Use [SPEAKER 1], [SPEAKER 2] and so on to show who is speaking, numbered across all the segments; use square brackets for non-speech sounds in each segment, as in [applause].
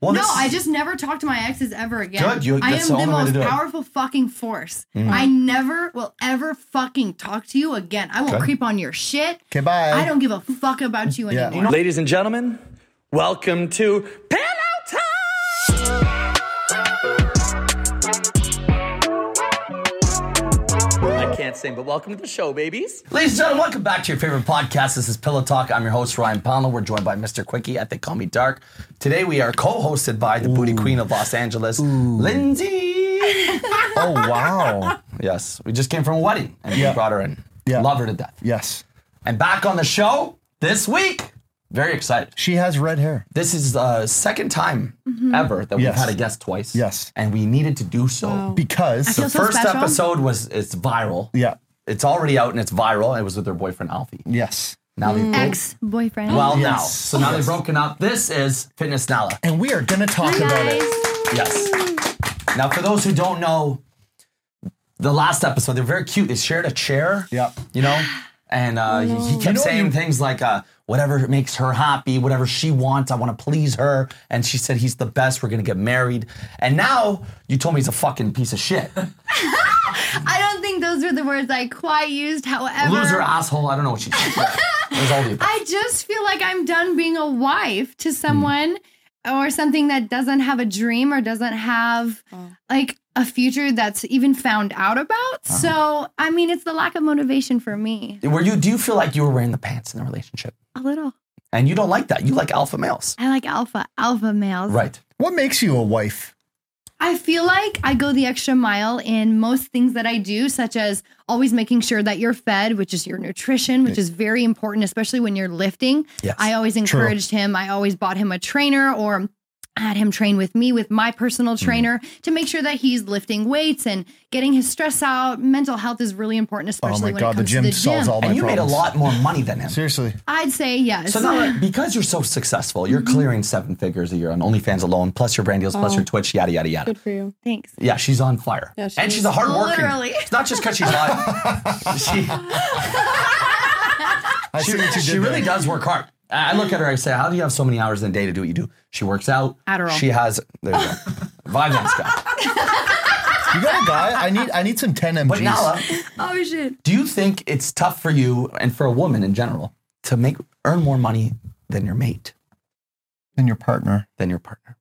[SPEAKER 1] Well,
[SPEAKER 2] no,
[SPEAKER 1] this-
[SPEAKER 2] I just never talk to my exes ever again.
[SPEAKER 1] Good, you-
[SPEAKER 2] I
[SPEAKER 1] that's the
[SPEAKER 2] am the,
[SPEAKER 1] only way to
[SPEAKER 2] most
[SPEAKER 1] do Mm. it.
[SPEAKER 2] powerful fucking force. I never will ever fucking talk to you again. I won't
[SPEAKER 1] Good.
[SPEAKER 2] creep on your shit.
[SPEAKER 3] Okay, bye.
[SPEAKER 2] I don't give a fuck about you
[SPEAKER 3] Yeah.
[SPEAKER 2] anymore.
[SPEAKER 4] Ladies and gentlemen, welcome to Pillow Time! I can't sing, but welcome to the show, babies.
[SPEAKER 1] Ladies and gentlemen, welcome back to your favorite podcast. This is Pillow Talk. I'm your host, Ryan Poundland. We're joined by Mr. Quickie at They Call Me Dark. Today we are co-hosted by the booty queen of Los Angeles, Lindsay.
[SPEAKER 3] [laughs] Oh wow.
[SPEAKER 1] yes, we just came from a wedding and
[SPEAKER 3] Yeah.
[SPEAKER 1] we brought her in.
[SPEAKER 3] Yeah.
[SPEAKER 1] Love her to death.
[SPEAKER 3] yes.
[SPEAKER 1] And back on the show this week. Very excited.
[SPEAKER 3] She has red hair.
[SPEAKER 1] This is the second time
[SPEAKER 2] Mm-hmm.
[SPEAKER 1] ever that
[SPEAKER 3] Yes.
[SPEAKER 1] we've had a guest twice.
[SPEAKER 3] Yes.
[SPEAKER 1] And we needed to do so.
[SPEAKER 3] Because
[SPEAKER 2] feel
[SPEAKER 1] The
[SPEAKER 2] so
[SPEAKER 1] first
[SPEAKER 2] special.
[SPEAKER 1] episode was it's viral.
[SPEAKER 3] Yeah.
[SPEAKER 1] It's already out and it's viral. It was with their boyfriend Alfie.
[SPEAKER 3] Yes.
[SPEAKER 1] Now they broke
[SPEAKER 2] Ex boyfriend.
[SPEAKER 1] Well, now.
[SPEAKER 3] Yes.
[SPEAKER 1] So now they've broken up. This is Fitness Nala.
[SPEAKER 3] And we are gonna talk about it.
[SPEAKER 1] Yes. Now, for those who don't know, the last episode, they're very cute. They shared a chair.
[SPEAKER 3] Yeah.
[SPEAKER 1] You know? And uh, he kept saying things like, uh, whatever makes her happy, whatever she wants, I want to please her. And she said, he's the best. We're going to get married. And now you told me he's a fucking piece of shit.
[SPEAKER 2] I don't think those were the words I quite used. However,
[SPEAKER 1] Loser, asshole. I don't know what she said. It was all the above.
[SPEAKER 2] I just feel like I'm done being a wife to someone or something that doesn't have a dream or doesn't have like a future that's even found out about. So, I mean, it's the lack of motivation for me.
[SPEAKER 1] Were you, do you feel like you were wearing the pants in the relationship?
[SPEAKER 2] A little.
[SPEAKER 1] And you don't like that. You like alpha males.
[SPEAKER 2] I like alpha, alpha males.
[SPEAKER 1] Right.
[SPEAKER 3] What makes you a wife?
[SPEAKER 2] I feel like I go the extra mile in most things that I do, such as always making sure that you're fed, which is your nutrition, which is very important, especially when you're lifting.
[SPEAKER 1] Yes.
[SPEAKER 2] I always encouraged him. I always bought him a trainer or had him train with me with my personal
[SPEAKER 3] Mm.
[SPEAKER 2] trainer to make sure that he's lifting weights and getting his stress out. Mental health is really important, especially
[SPEAKER 3] oh my
[SPEAKER 2] when it
[SPEAKER 3] god, the
[SPEAKER 2] comes
[SPEAKER 3] gym
[SPEAKER 2] to the
[SPEAKER 3] solves
[SPEAKER 2] gym.
[SPEAKER 3] all my
[SPEAKER 1] and you
[SPEAKER 3] problems.
[SPEAKER 1] made a lot more money than him.
[SPEAKER 3] [laughs] Seriously.
[SPEAKER 2] I'd say yes.
[SPEAKER 1] So now, like, because you're so successful, you're
[SPEAKER 3] Mm-hmm.
[SPEAKER 1] clearing seven figures a year on OnlyFans alone, plus your brand deals, plus your Twitch, yada yada yada.
[SPEAKER 5] Oh. Good for you.
[SPEAKER 2] [laughs] Thanks.
[SPEAKER 1] Yeah, she's on fire,
[SPEAKER 5] Yeah, she
[SPEAKER 1] and she's a hard worker.
[SPEAKER 2] Literally.
[SPEAKER 1] It's not just because she's
[SPEAKER 3] [laughs]
[SPEAKER 1] hot. she
[SPEAKER 3] I see what you did
[SPEAKER 1] she really
[SPEAKER 3] there.
[SPEAKER 1] does work hard. I I look at her. I say, "How do you have so many hours in a day to do what you do?" She works out.
[SPEAKER 2] Adderall.
[SPEAKER 1] She has there you go.
[SPEAKER 5] [laughs]
[SPEAKER 1] Vyvanse guy.
[SPEAKER 3] You got a guy? I need I need some 10
[SPEAKER 1] But uh,
[SPEAKER 3] mgs.
[SPEAKER 1] Nala,
[SPEAKER 2] Oh shit.
[SPEAKER 1] do you think it's tough for you and for a woman in general to make earn more money than your mate?
[SPEAKER 3] and your partner.
[SPEAKER 1] than your partner.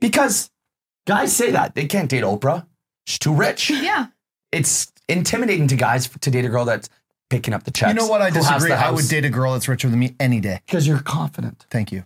[SPEAKER 1] Because guys say that they can't date Oprah. She's too rich.
[SPEAKER 3] [laughs]
[SPEAKER 2] Yeah.
[SPEAKER 1] It's intimidating to guys to date a girl that's picking up the checks.
[SPEAKER 3] You know what? I disagree. I would date a girl that's richer than me any day.
[SPEAKER 1] because you're confident.
[SPEAKER 3] Thank you.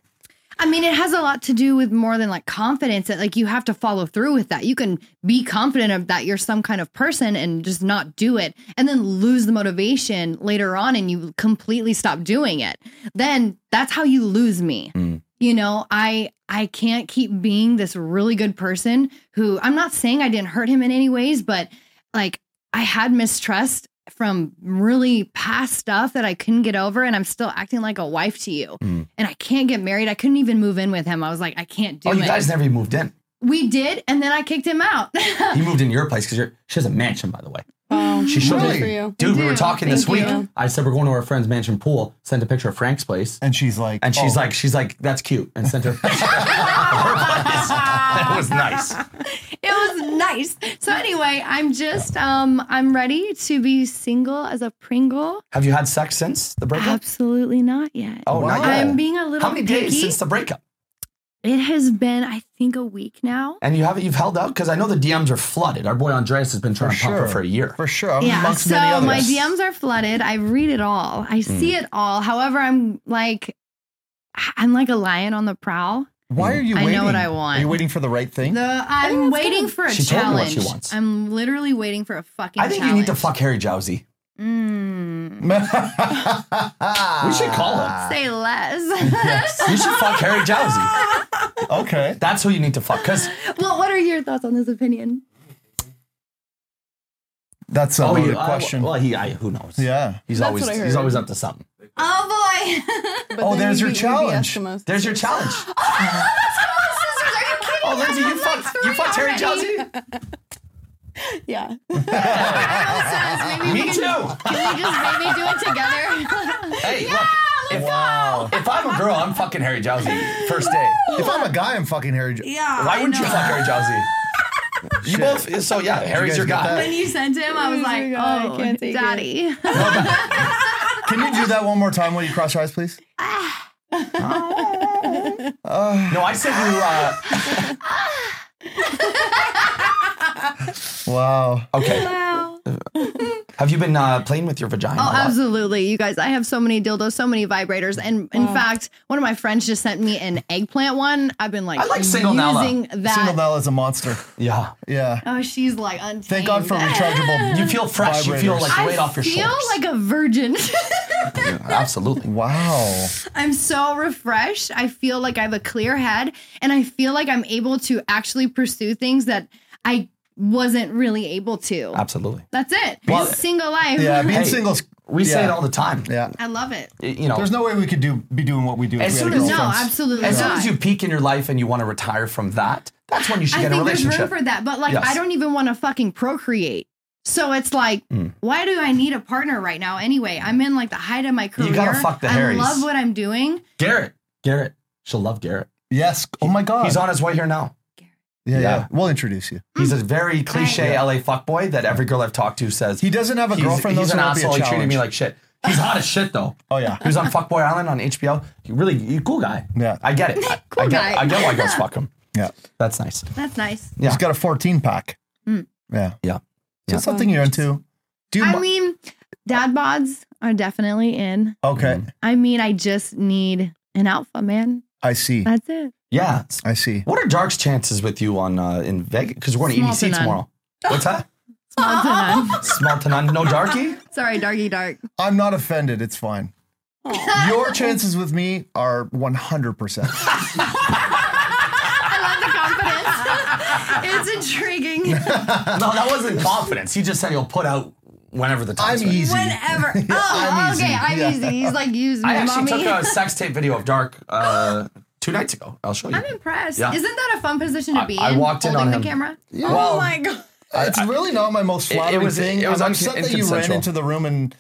[SPEAKER 2] I mean, it has a lot to do with more than like confidence. That like you have to follow through with that. You can be confident of that you're some kind of person and just not do it, and then lose the motivation later on, and you completely stop doing it. Then that's how you lose me. You know, I I can't keep being this really good person who I'm not saying I didn't hurt him in any ways, but like I had mistrust from really past stuff that I couldn't get over and I'm still acting like a wife to you.
[SPEAKER 1] Mm.
[SPEAKER 2] And I can't get married. I couldn't even move in with him. I was like, I can't do
[SPEAKER 1] Oh,
[SPEAKER 2] it.
[SPEAKER 1] you guys never even moved in.
[SPEAKER 2] we did, and then I kicked him out. [laughs]
[SPEAKER 1] He moved in your place because she has a mansion, by the way.
[SPEAKER 5] Wow.
[SPEAKER 1] She showed
[SPEAKER 3] Really?
[SPEAKER 5] Good Um, for
[SPEAKER 1] me.
[SPEAKER 5] you.
[SPEAKER 1] Dude, we were
[SPEAKER 2] do.
[SPEAKER 1] talking this week.
[SPEAKER 5] Thank you.
[SPEAKER 1] I said we're going to our friend's mansion pool. Sent a picture of Frank's place,
[SPEAKER 3] And she's like,
[SPEAKER 1] and she's
[SPEAKER 3] oh,
[SPEAKER 1] like, she's like, that's cute, and sent her. her
[SPEAKER 3] [laughs]
[SPEAKER 1] place. [laughs] That was nice.
[SPEAKER 2] it was nice. So anyway, I'm just um I'm ready to be single as a Pringle.
[SPEAKER 1] Have you had sex since the breakup?
[SPEAKER 2] Absolutely not yet.
[SPEAKER 1] Oh, not
[SPEAKER 3] Wow.
[SPEAKER 1] yet.
[SPEAKER 2] I'm being a little
[SPEAKER 1] How many days
[SPEAKER 2] picky.
[SPEAKER 1] since the breakup?
[SPEAKER 2] it has been, I think, a week now.
[SPEAKER 1] And you haven't you've held out because I know the DMs are flooded. Our boy Andreas has been trying
[SPEAKER 3] for
[SPEAKER 1] to pump
[SPEAKER 3] sure.
[SPEAKER 1] her for a year.
[SPEAKER 3] For sure. I'm
[SPEAKER 2] Yeah.
[SPEAKER 3] amongst
[SPEAKER 2] So
[SPEAKER 3] many others.
[SPEAKER 2] my DMs are flooded. I read it all. I
[SPEAKER 1] Hmm.
[SPEAKER 2] see it all. However, I'm like, I'm like a lion on the prowl.
[SPEAKER 3] Why are you
[SPEAKER 2] I know
[SPEAKER 3] waiting?
[SPEAKER 2] what I want.
[SPEAKER 3] Are you waiting for the right thing? [laughs]
[SPEAKER 2] The I'm
[SPEAKER 5] that's
[SPEAKER 2] waiting
[SPEAKER 5] good.
[SPEAKER 2] for a
[SPEAKER 1] She told me what
[SPEAKER 2] challenge.
[SPEAKER 1] she wants.
[SPEAKER 2] I'm literally waiting for a fucking.
[SPEAKER 1] I think you need to fuck Harry Jowsey.
[SPEAKER 2] challenge. Mm,
[SPEAKER 1] We should call him.
[SPEAKER 2] say less.
[SPEAKER 1] [laughs] You should fuck Harry Jowsey.
[SPEAKER 3] Okay.
[SPEAKER 1] That's who you need to fuck. Because
[SPEAKER 2] well, what are your thoughts on this opinion?
[SPEAKER 3] That's a
[SPEAKER 1] oh,
[SPEAKER 3] loaded
[SPEAKER 1] you, I-
[SPEAKER 3] question.
[SPEAKER 1] well, he I, who knows?
[SPEAKER 3] yeah.
[SPEAKER 1] he's
[SPEAKER 5] That's
[SPEAKER 1] always
[SPEAKER 5] what I
[SPEAKER 1] he's
[SPEAKER 5] heard.
[SPEAKER 1] always up to something.
[SPEAKER 2] [laughs] Oh boy.
[SPEAKER 5] But
[SPEAKER 3] Oh,
[SPEAKER 5] then
[SPEAKER 3] there's
[SPEAKER 5] you'd
[SPEAKER 3] your
[SPEAKER 5] you'd
[SPEAKER 3] challenge.
[SPEAKER 5] Eskimos.
[SPEAKER 1] There's your challenge.
[SPEAKER 2] Sisters, are you kidding?
[SPEAKER 1] Oh, Lindsay,
[SPEAKER 2] I
[SPEAKER 1] you
[SPEAKER 2] have
[SPEAKER 1] fucked
[SPEAKER 2] like
[SPEAKER 1] you fucked Harry
[SPEAKER 2] three already.
[SPEAKER 1] Jowsey.
[SPEAKER 5] Yeah.
[SPEAKER 2] Maybe we
[SPEAKER 1] Me
[SPEAKER 2] can-
[SPEAKER 1] too.
[SPEAKER 2] [laughs] Can we just maybe do it together?
[SPEAKER 1] Hey, look, Wow. If I'm a girl, I'm fucking Harry Jowsey. First date.
[SPEAKER 3] If I'm a guy, I'm fucking Harry. J-
[SPEAKER 5] [laughs] Yeah.
[SPEAKER 1] Why
[SPEAKER 5] I
[SPEAKER 1] wouldn't you
[SPEAKER 5] know.
[SPEAKER 1] fuck Harry Jowsey? You both. So yeah, Harry's
[SPEAKER 3] guys
[SPEAKER 1] your
[SPEAKER 3] get
[SPEAKER 1] guy.
[SPEAKER 3] that?
[SPEAKER 5] When you sent him, I was like,
[SPEAKER 2] God, I
[SPEAKER 5] oh,
[SPEAKER 2] can't take it.
[SPEAKER 5] daddy.
[SPEAKER 3] Can you do that one more time? Will you cross your eyes, please?
[SPEAKER 1] No, I said you. Uh,
[SPEAKER 3] Wow.
[SPEAKER 1] okay. Have you been uh, playing with your vagina? a
[SPEAKER 2] [laughs] Oh,
[SPEAKER 1] lot?
[SPEAKER 2] absolutely. You guys, I have so many dildos, so many vibrators. And in fact, one of my friends just sent me an eggplant one. I've been like,
[SPEAKER 1] I like single Nala.
[SPEAKER 2] using that.
[SPEAKER 3] Single Nell is a monster.
[SPEAKER 1] Yeah.
[SPEAKER 3] Yeah.
[SPEAKER 2] Oh, she's like untamed.
[SPEAKER 3] Thank
[SPEAKER 2] [laughs]
[SPEAKER 3] God for
[SPEAKER 1] [laughs]
[SPEAKER 3] rechargeable.
[SPEAKER 1] You feel fresh. You feel
[SPEAKER 3] Vibrators.
[SPEAKER 1] like weight off your
[SPEAKER 2] feel
[SPEAKER 1] shoulders.
[SPEAKER 2] like a virgin. [laughs]
[SPEAKER 1] absolutely.
[SPEAKER 3] [laughs] wow.
[SPEAKER 2] I'm so refreshed. I feel like I have a clear head and I feel like I'm able to actually pursue things that I wasn't really able to.
[SPEAKER 1] Absolutely.
[SPEAKER 2] That's it.
[SPEAKER 1] Well-
[SPEAKER 2] Single life.
[SPEAKER 3] Yeah. Being
[SPEAKER 1] Hey,
[SPEAKER 3] singles.
[SPEAKER 1] We say
[SPEAKER 3] yeah.
[SPEAKER 1] it all the time.
[SPEAKER 3] Yeah.
[SPEAKER 2] [laughs] I love it.
[SPEAKER 1] Y- You know,
[SPEAKER 3] There's no way we could do be doing what we do.
[SPEAKER 1] As
[SPEAKER 3] if we
[SPEAKER 1] soon
[SPEAKER 3] had
[SPEAKER 1] as-
[SPEAKER 2] No,
[SPEAKER 3] girlfriends.
[SPEAKER 2] absolutely.
[SPEAKER 1] as soon
[SPEAKER 2] not.
[SPEAKER 1] as you peak in your life and you want to retire from that, that's when you should
[SPEAKER 2] I
[SPEAKER 1] get a
[SPEAKER 2] think there's room
[SPEAKER 1] relationship.
[SPEAKER 2] for that. But like,
[SPEAKER 1] Yes.
[SPEAKER 2] I don't even want to fucking procreate. So it's like,
[SPEAKER 1] Hmm.
[SPEAKER 2] why do I need a partner right now? Anyway, I'm in like the height of my career.
[SPEAKER 1] You gotta fuck the
[SPEAKER 2] I
[SPEAKER 1] Harrys.
[SPEAKER 2] love what I'm doing.
[SPEAKER 1] Garrett. Garrett. She'll love Garrett.
[SPEAKER 3] Yes. Oh my God.
[SPEAKER 1] He's on his way here now.
[SPEAKER 3] yeah,
[SPEAKER 1] Yeah.
[SPEAKER 3] yeah. We'll introduce you.
[SPEAKER 1] He's a very cliche
[SPEAKER 2] Right.
[SPEAKER 1] LA fuckboy that every girl I've talked to says
[SPEAKER 3] He doesn't have a
[SPEAKER 1] he's,
[SPEAKER 3] girlfriend.
[SPEAKER 1] He's
[SPEAKER 3] though,
[SPEAKER 1] an
[SPEAKER 3] so it won't be a
[SPEAKER 1] asshole. He treated
[SPEAKER 3] challenge.
[SPEAKER 1] me like shit. He's hot as shit though.
[SPEAKER 3] Oh yeah.
[SPEAKER 1] He was on Fuckboy Island on HBO. He really he- cool guy.
[SPEAKER 3] Yeah.
[SPEAKER 1] I get it. I- I,
[SPEAKER 2] [laughs] Cool
[SPEAKER 1] get,
[SPEAKER 2] guy.
[SPEAKER 1] I get why girls fuck him.
[SPEAKER 3] Yeah.
[SPEAKER 1] That's nice.
[SPEAKER 2] That's nice.
[SPEAKER 1] Yeah.
[SPEAKER 3] He's got a 14 pack. Yeah.
[SPEAKER 1] Yeah.
[SPEAKER 3] Is that something you're into? Do you
[SPEAKER 2] I
[SPEAKER 3] mi-
[SPEAKER 2] mean, dad bods are definitely in.
[SPEAKER 3] okay.
[SPEAKER 2] I mean, I just need an alpha man.
[SPEAKER 3] I see.
[SPEAKER 2] That's it.
[SPEAKER 1] Yeah.
[SPEAKER 3] I see.
[SPEAKER 1] What are Dark's chances with you on uh, in Vegas? Because we're going to
[SPEAKER 2] Small to
[SPEAKER 1] EDC
[SPEAKER 2] none.
[SPEAKER 1] tomorrow. What's
[SPEAKER 2] [laughs]
[SPEAKER 1] that?
[SPEAKER 2] Small to none.
[SPEAKER 1] Small to none. No Darky?
[SPEAKER 2] [laughs] Sorry, darky dark.
[SPEAKER 3] I'm not offended. It's fine. Your chances with me are 100%.
[SPEAKER 2] I love the confidence. [laughs] it's
[SPEAKER 1] [laughs]
[SPEAKER 2] intriguing.
[SPEAKER 1] No, that wasn't confidence. He just said he'll put out whenever the time
[SPEAKER 3] I'm
[SPEAKER 1] is right. [laughs]
[SPEAKER 3] easy.
[SPEAKER 2] Whenever. Oh,
[SPEAKER 3] I'm easy.
[SPEAKER 2] okay. I'm
[SPEAKER 3] Yeah.
[SPEAKER 2] easy. He's like, use me,
[SPEAKER 1] I actually
[SPEAKER 2] mommy.
[SPEAKER 1] took a sex tape video of Dark uh, two nights ago. I'll show you.
[SPEAKER 2] I'm impressed.
[SPEAKER 1] Yeah.
[SPEAKER 2] Isn't that a fun position to
[SPEAKER 1] I-
[SPEAKER 2] be
[SPEAKER 1] I
[SPEAKER 2] in?
[SPEAKER 1] walked in on
[SPEAKER 2] holding the
[SPEAKER 1] him.
[SPEAKER 2] camera.
[SPEAKER 1] Well,
[SPEAKER 2] oh my god.
[SPEAKER 3] It's really not my most flattering
[SPEAKER 1] was-
[SPEAKER 3] thing.
[SPEAKER 1] it was
[SPEAKER 3] I'm
[SPEAKER 1] un-
[SPEAKER 3] upset that you ran
[SPEAKER 1] inconsensual.
[SPEAKER 3] into the room and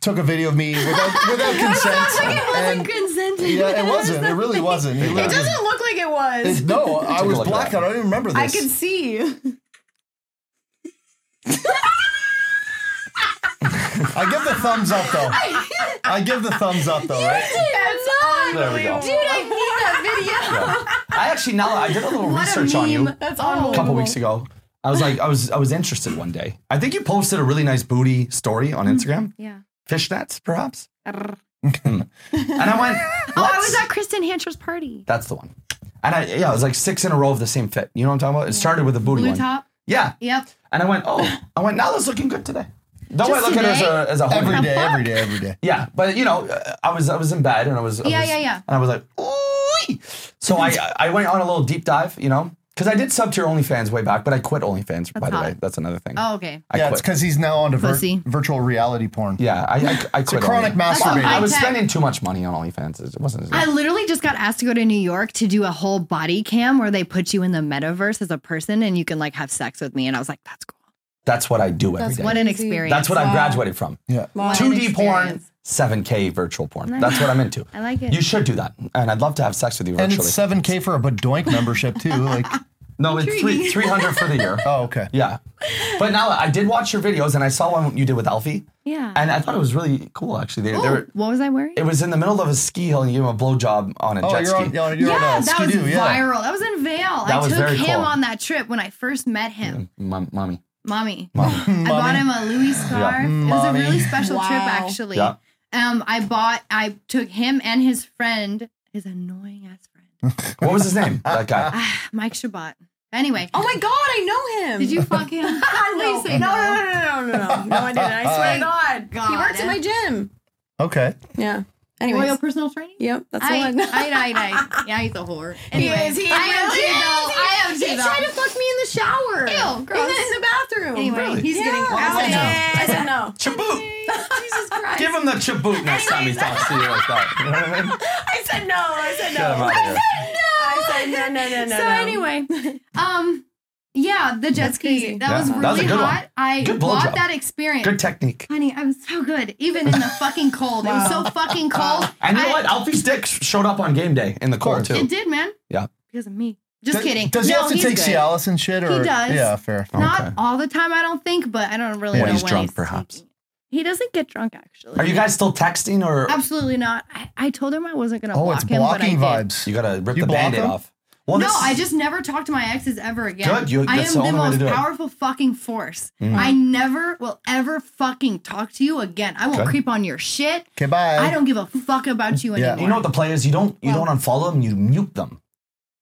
[SPEAKER 3] took a video of me without, without consent. And-
[SPEAKER 2] consenting.
[SPEAKER 3] yeah, it wasn't. It
[SPEAKER 2] [laughs]
[SPEAKER 3] really wasn't. It
[SPEAKER 1] It
[SPEAKER 3] was-
[SPEAKER 5] Doesn't look like it was.
[SPEAKER 3] no, I was
[SPEAKER 1] look at
[SPEAKER 3] blacked
[SPEAKER 1] that.
[SPEAKER 3] out. I don't even remember this.
[SPEAKER 5] I could see.
[SPEAKER 3] I give the thumbs up though. I give the thumbs up though, right?
[SPEAKER 5] That's
[SPEAKER 1] There we go.
[SPEAKER 5] Dude, I need that video.
[SPEAKER 1] I actually now I did a little
[SPEAKER 2] [laughs] What a
[SPEAKER 1] research on you. Oh.
[SPEAKER 2] meme.
[SPEAKER 5] That's
[SPEAKER 1] a
[SPEAKER 5] unbelievable.
[SPEAKER 1] couple weeks ago. I was like, I was, I was interested one day. I think you posted a really nice booty story on Instagram,
[SPEAKER 2] Mm-hmm. Yeah.
[SPEAKER 1] fishnets perhaps. [laughs] and I went,
[SPEAKER 2] [laughs] Oh, I
[SPEAKER 1] "Let's-"
[SPEAKER 2] was at Kristen Hancher's party.
[SPEAKER 1] That's the one. And I, yeah, it was like six in a row of the same fit. You know what I'm talking about? It started with a booty
[SPEAKER 2] Blue
[SPEAKER 1] one.
[SPEAKER 2] top.
[SPEAKER 1] Yeah.
[SPEAKER 2] Yep.
[SPEAKER 1] And I went,
[SPEAKER 2] [laughs]
[SPEAKER 1] oh, I went, Nala's looking good today. Don't I
[SPEAKER 2] Just
[SPEAKER 1] look at her as
[SPEAKER 2] today?
[SPEAKER 1] a, as a
[SPEAKER 3] Every
[SPEAKER 1] homie?
[SPEAKER 3] day, every day, every day.
[SPEAKER 1] Yeah, but you know, uh, I was I was in bed and I was I
[SPEAKER 2] Yeah,
[SPEAKER 1] was-
[SPEAKER 2] yeah, yeah.
[SPEAKER 1] and I was like, ooh. So
[SPEAKER 2] [laughs]
[SPEAKER 1] I I went on a little deep dive, you know, because I did sub to your OnlyFans way back, but I quit OnlyFans by the
[SPEAKER 2] hot.
[SPEAKER 1] way. That's another thing.
[SPEAKER 2] Oh, okay.
[SPEAKER 1] I
[SPEAKER 3] yeah,
[SPEAKER 1] quit.
[SPEAKER 3] it's because he's now onto vir-
[SPEAKER 2] Pussy.
[SPEAKER 3] virtual reality porn.
[SPEAKER 1] yeah, I I, I quit.
[SPEAKER 3] chronic
[SPEAKER 1] only-
[SPEAKER 3] masturbator.
[SPEAKER 1] I was
[SPEAKER 2] High tech.
[SPEAKER 1] spending too much money on OnlyFans. It wasn't.
[SPEAKER 2] I literally just got asked to go to New York to do a whole body cam where they put you in the metaverse as a person and you can like have sex with me. And I was like, that's cool.
[SPEAKER 1] that's what I do every
[SPEAKER 2] That's
[SPEAKER 1] day.
[SPEAKER 2] what an experience.
[SPEAKER 1] That's what I graduated from.
[SPEAKER 3] Yeah.
[SPEAKER 2] What an
[SPEAKER 1] 2D porn,
[SPEAKER 2] experience.
[SPEAKER 1] 7K virtual porn. That's what I'm into.
[SPEAKER 2] I like it.
[SPEAKER 1] You should do that, and I'd love to have sex with you
[SPEAKER 3] And
[SPEAKER 1] virtually.
[SPEAKER 3] it's seven K for a Badoink membership too. Like
[SPEAKER 1] no, it's three, 300 for the [laughs] year.
[SPEAKER 3] oh okay.
[SPEAKER 1] Yeah. But now I did watch your videos and I saw one you did with Alfie.
[SPEAKER 2] Yeah.
[SPEAKER 1] And I thought it was really cool actually. They, they
[SPEAKER 2] Oh,
[SPEAKER 1] were,
[SPEAKER 2] what was I wearing?
[SPEAKER 1] it was in the middle of a ski hill and you gave him a blowjob on a
[SPEAKER 3] Oh
[SPEAKER 1] jet
[SPEAKER 3] you're
[SPEAKER 1] ski.
[SPEAKER 3] on you're on, you're
[SPEAKER 2] yeah,
[SPEAKER 3] on a
[SPEAKER 2] that was
[SPEAKER 3] skidoo, yeah.
[SPEAKER 2] viral. That was in Vail.
[SPEAKER 1] That
[SPEAKER 2] I
[SPEAKER 1] was
[SPEAKER 2] took
[SPEAKER 1] very
[SPEAKER 2] him
[SPEAKER 1] cool.
[SPEAKER 2] on that trip when I first met him.
[SPEAKER 1] Mom- mommy.
[SPEAKER 2] Mommy. I bought him a Louis scarf. It was a
[SPEAKER 3] Mommy.
[SPEAKER 2] really special
[SPEAKER 5] Wow.
[SPEAKER 2] trip actually.
[SPEAKER 1] Yeah.
[SPEAKER 2] Um I bought I took him and his friend, his annoying ass friend, [sighs]
[SPEAKER 1] What was his [laughs] name? that
[SPEAKER 2] [laughs]
[SPEAKER 1] guy.
[SPEAKER 2] Mike Shabbat. Anyway,
[SPEAKER 5] [laughs] Oh my god, [laughs] I know
[SPEAKER 2] [laughs]
[SPEAKER 5] him.
[SPEAKER 2] did you fuck him?
[SPEAKER 5] no.
[SPEAKER 2] Please say
[SPEAKER 5] no,
[SPEAKER 2] no.
[SPEAKER 5] no, no, no, no, no, no, no, I didn't.
[SPEAKER 3] [laughs]
[SPEAKER 5] I swear to God.
[SPEAKER 2] God.
[SPEAKER 5] He works at my gym.
[SPEAKER 3] Okay.
[SPEAKER 5] Yeah.
[SPEAKER 2] Royal
[SPEAKER 5] Anyways.
[SPEAKER 2] personal training?
[SPEAKER 5] Yep, that's the
[SPEAKER 2] I, I,
[SPEAKER 5] one. [laughs]
[SPEAKER 2] I, I, yeah, he's a whore.
[SPEAKER 5] He
[SPEAKER 2] Anyway,
[SPEAKER 5] is, he
[SPEAKER 2] I am
[SPEAKER 5] really
[SPEAKER 2] too,
[SPEAKER 5] is.
[SPEAKER 2] though.
[SPEAKER 5] He-
[SPEAKER 2] I am too,
[SPEAKER 5] He
[SPEAKER 2] though.
[SPEAKER 5] tried to fuck me in the shower.
[SPEAKER 2] Ew, gross.
[SPEAKER 5] In the, in the bathroom.
[SPEAKER 2] Anyway, he's
[SPEAKER 5] Yeah.
[SPEAKER 2] getting
[SPEAKER 5] I
[SPEAKER 2] out
[SPEAKER 5] said no. I said no.
[SPEAKER 1] Chaboot.
[SPEAKER 5] Jesus Christ.
[SPEAKER 1] Give him the chaboot next time he talks to you like that. You know what I mean?
[SPEAKER 5] I said no. [laughs] I said
[SPEAKER 1] Get him
[SPEAKER 5] no.
[SPEAKER 1] out of here.
[SPEAKER 2] [laughs]
[SPEAKER 5] I said no, no, no, no.
[SPEAKER 2] So
[SPEAKER 5] no.
[SPEAKER 2] anyway, um, Yeah, the jet ski.
[SPEAKER 5] crazy.
[SPEAKER 2] That was
[SPEAKER 1] Yeah. That was a
[SPEAKER 2] really
[SPEAKER 1] good one.
[SPEAKER 2] hot. I
[SPEAKER 1] Good
[SPEAKER 2] bought
[SPEAKER 1] blowjob.
[SPEAKER 2] that experience.
[SPEAKER 1] Good technique.
[SPEAKER 2] Honey, I was so good, even
[SPEAKER 1] [laughs]
[SPEAKER 2] in the fucking cold. It was so fucking cold.
[SPEAKER 1] Uh, And you know
[SPEAKER 2] I-
[SPEAKER 1] what? Alfie's dick sh- showed up on game day in the cold too.
[SPEAKER 2] It did, man.
[SPEAKER 1] Yeah.
[SPEAKER 2] Because of me. Just kidding.
[SPEAKER 3] Does
[SPEAKER 2] no,
[SPEAKER 3] he have to
[SPEAKER 2] he's
[SPEAKER 3] take
[SPEAKER 2] good.
[SPEAKER 3] Cialis and shit? Or
[SPEAKER 2] He does.
[SPEAKER 3] Yeah, fair.
[SPEAKER 2] Not
[SPEAKER 1] Okay.
[SPEAKER 2] all the time, I don't think, but I don't really
[SPEAKER 1] When
[SPEAKER 2] know
[SPEAKER 1] he's
[SPEAKER 2] when
[SPEAKER 1] drunk,
[SPEAKER 2] he's
[SPEAKER 1] perhaps.
[SPEAKER 2] taking- He doesn't get drunk, actually.
[SPEAKER 1] Are you guys still texting or
[SPEAKER 2] Absolutely not. I, I told him I wasn't going to
[SPEAKER 3] Oh,
[SPEAKER 2] block
[SPEAKER 3] it's
[SPEAKER 2] him, but I
[SPEAKER 3] blocking
[SPEAKER 2] did.
[SPEAKER 3] vibes.
[SPEAKER 1] you gotta rip
[SPEAKER 3] You
[SPEAKER 1] the
[SPEAKER 3] block
[SPEAKER 1] band-aid
[SPEAKER 3] them?
[SPEAKER 1] off? Well,
[SPEAKER 2] no,
[SPEAKER 1] this-
[SPEAKER 2] I just never talk to my exes ever again.
[SPEAKER 1] Good, you-
[SPEAKER 2] I
[SPEAKER 1] that's the
[SPEAKER 2] am the,
[SPEAKER 1] only way to
[SPEAKER 2] most
[SPEAKER 1] do it. Mm.
[SPEAKER 2] powerful fucking force. I never will ever fucking talk to you again. I won't
[SPEAKER 1] Good.
[SPEAKER 2] creep on your shit.
[SPEAKER 3] 'Kay, bye.
[SPEAKER 2] I don't give a fuck about you
[SPEAKER 3] Yeah.
[SPEAKER 2] anymore.
[SPEAKER 1] You know what the play is? You don't you don't unfollow them. You mute them.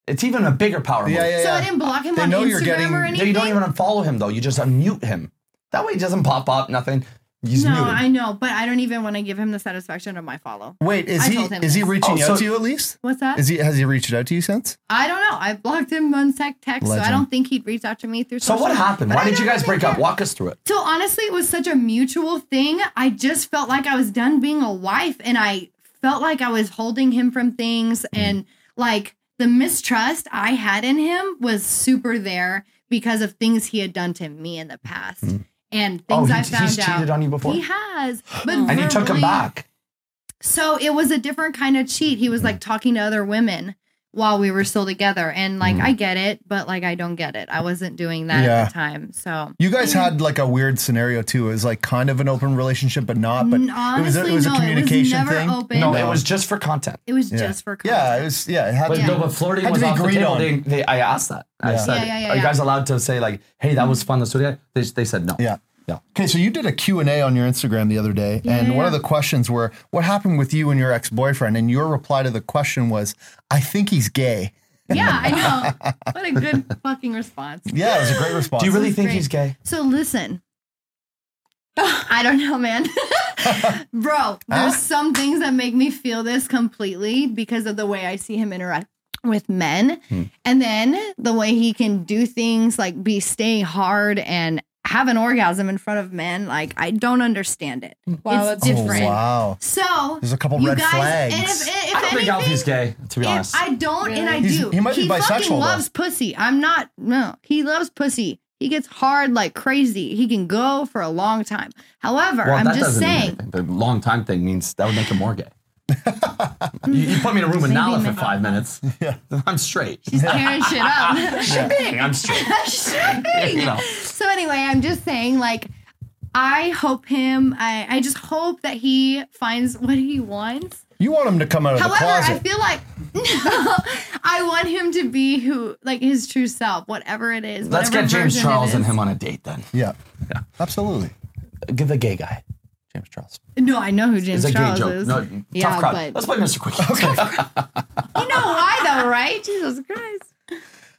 [SPEAKER 1] It's even a bigger power move.
[SPEAKER 3] Yeah, yeah,
[SPEAKER 2] so I
[SPEAKER 3] yeah.
[SPEAKER 2] didn't block him
[SPEAKER 3] They
[SPEAKER 2] on
[SPEAKER 3] know
[SPEAKER 2] Instagram
[SPEAKER 3] you're getting-
[SPEAKER 2] or
[SPEAKER 3] Yeah,
[SPEAKER 1] Yeah,
[SPEAKER 2] anything.
[SPEAKER 1] you don't even unfollow him though. You just unmute him. That way, he doesn't pop up. Nothing. He's
[SPEAKER 2] no,
[SPEAKER 1] muted.
[SPEAKER 2] I know, but I don't even want to give him the satisfaction of my follow.
[SPEAKER 3] Wait, is
[SPEAKER 2] I
[SPEAKER 3] he
[SPEAKER 2] told him
[SPEAKER 3] is he
[SPEAKER 2] this.
[SPEAKER 3] reaching
[SPEAKER 1] Oh,
[SPEAKER 3] out
[SPEAKER 1] so-
[SPEAKER 3] to you at least?
[SPEAKER 2] What's that?
[SPEAKER 3] Is he has he reached out to you since?
[SPEAKER 2] I don't know. I blocked him on tech text, so I
[SPEAKER 3] Legend.
[SPEAKER 2] don't think he'd reach out to me through.
[SPEAKER 1] so
[SPEAKER 2] social.
[SPEAKER 1] what happened?
[SPEAKER 2] But
[SPEAKER 1] Why
[SPEAKER 2] I
[SPEAKER 1] did you
[SPEAKER 2] don't
[SPEAKER 1] guys
[SPEAKER 2] think
[SPEAKER 1] break up?
[SPEAKER 2] that-
[SPEAKER 1] Walk us through it.
[SPEAKER 2] So honestly, it was such a mutual thing. I just felt like I was done being a wife and I felt like I was holding him from things
[SPEAKER 1] Mm-hmm.
[SPEAKER 2] and like the mistrust I had in him was super there because of things he had done to me in the past and
[SPEAKER 1] Oh,
[SPEAKER 2] things
[SPEAKER 1] he-
[SPEAKER 2] I found
[SPEAKER 1] he's
[SPEAKER 2] out.
[SPEAKER 1] cheated on you before?
[SPEAKER 2] He has.
[SPEAKER 1] [gasps]
[SPEAKER 2] But
[SPEAKER 1] And you took him
[SPEAKER 2] verbally-
[SPEAKER 1] back. Mm-hmm.
[SPEAKER 2] so it was a different kind of cheat. He was like talking to other women while we were still together. And like,
[SPEAKER 1] Mm-hmm.
[SPEAKER 2] I get it, but like, I don't get it. I wasn't doing that
[SPEAKER 3] Yeah.
[SPEAKER 2] at the time. So
[SPEAKER 3] You guys
[SPEAKER 2] Mm.
[SPEAKER 3] had like a weird scenario too. It was like kind of an open relationship, but not. But
[SPEAKER 2] N-
[SPEAKER 3] it was a,
[SPEAKER 2] honestly,
[SPEAKER 3] it was
[SPEAKER 2] no,
[SPEAKER 3] a
[SPEAKER 2] it was
[SPEAKER 3] communication
[SPEAKER 2] never
[SPEAKER 3] thing.
[SPEAKER 2] open.
[SPEAKER 1] No,
[SPEAKER 2] No.
[SPEAKER 1] it was just for content.
[SPEAKER 2] it was
[SPEAKER 3] Yeah.
[SPEAKER 2] just for content.
[SPEAKER 3] Yeah, it was. Yeah, it had
[SPEAKER 1] But,
[SPEAKER 3] to,
[SPEAKER 1] no, but flirting
[SPEAKER 3] Had to
[SPEAKER 1] was
[SPEAKER 3] be
[SPEAKER 1] off the
[SPEAKER 3] agreed
[SPEAKER 1] table.
[SPEAKER 3] on.
[SPEAKER 1] They, they, I asked that. I
[SPEAKER 3] Yeah.
[SPEAKER 1] said,
[SPEAKER 2] Yeah, yeah, yeah,
[SPEAKER 1] "Are you
[SPEAKER 2] yeah.
[SPEAKER 1] guys allowed to say like, hey, that was fun? Let's do it again." They, they said no.
[SPEAKER 3] Yeah.
[SPEAKER 1] yeah.
[SPEAKER 3] Okay, so you did a Q&A on your Instagram the other day, and one of the questions were, what happened with you and your ex-boyfriend? And your reply to the question was, I think he's gay.
[SPEAKER 2] Yeah,
[SPEAKER 3] [laughs]
[SPEAKER 2] I know. What a good fucking response.
[SPEAKER 3] Yeah, it was a great response.
[SPEAKER 1] Do you really think
[SPEAKER 2] great.
[SPEAKER 1] he's gay?
[SPEAKER 2] So listen, I don't know, man. [laughs] Bro, there's some things that make me feel this completely because of the way I see him interact with men.
[SPEAKER 3] Hmm.
[SPEAKER 2] And then the way he can do things like be stay hard and have an orgasm in front of men. Like, I don't understand it.
[SPEAKER 5] Wow,
[SPEAKER 2] it's
[SPEAKER 5] that's-
[SPEAKER 3] Oh,
[SPEAKER 2] different.
[SPEAKER 3] wow.
[SPEAKER 2] So,
[SPEAKER 3] There's a couple
[SPEAKER 2] you
[SPEAKER 3] red
[SPEAKER 2] guys,
[SPEAKER 3] flags.
[SPEAKER 2] And if, if
[SPEAKER 1] I don't think
[SPEAKER 2] anything,
[SPEAKER 1] Alfie's gay, to be
[SPEAKER 2] If
[SPEAKER 1] honest.
[SPEAKER 2] I don't, and I
[SPEAKER 3] He's-
[SPEAKER 2] do.
[SPEAKER 3] he might be bisexual, though.
[SPEAKER 2] fucking loves pussy. I'm not. No, he loves pussy. He gets hard like crazy. He can go for a long time. However,
[SPEAKER 1] well,
[SPEAKER 2] I'm
[SPEAKER 1] that
[SPEAKER 2] just
[SPEAKER 1] doesn't mean
[SPEAKER 2] saying.
[SPEAKER 1] anything. The long time thing means that would make him more
[SPEAKER 3] [laughs]
[SPEAKER 1] gay. you, you put me in a room with
[SPEAKER 2] Maybe
[SPEAKER 1] Nala for
[SPEAKER 2] not.
[SPEAKER 1] five minutes. I'm straight.
[SPEAKER 2] She's [laughs] tearing shit
[SPEAKER 1] [laughs]
[SPEAKER 2] up.
[SPEAKER 1] Shipping. I'm straight.
[SPEAKER 2] Shipping.
[SPEAKER 1] You know.
[SPEAKER 2] So anyway, I'm just saying like. I hope him. I, I just hope that he finds what he wants
[SPEAKER 3] You want him to come out of the
[SPEAKER 2] However, I
[SPEAKER 3] closet.
[SPEAKER 2] feel like [laughs] I want him to be who, like his true self, whatever it is.
[SPEAKER 1] Let's
[SPEAKER 2] whatever
[SPEAKER 1] get James
[SPEAKER 2] version it
[SPEAKER 1] Charles and
[SPEAKER 2] is.
[SPEAKER 1] him on a date then.
[SPEAKER 3] yeah. yeah, absolutely.
[SPEAKER 1] Give the gay guy, James Charles.
[SPEAKER 2] No, I know who James
[SPEAKER 1] It's a gay
[SPEAKER 2] Charles
[SPEAKER 1] joke.
[SPEAKER 2] is.
[SPEAKER 1] No, tough
[SPEAKER 2] yeah,
[SPEAKER 1] crowd.
[SPEAKER 2] but
[SPEAKER 1] Let's play Mr. Quickie.
[SPEAKER 2] you know why though, right? Jesus Christ.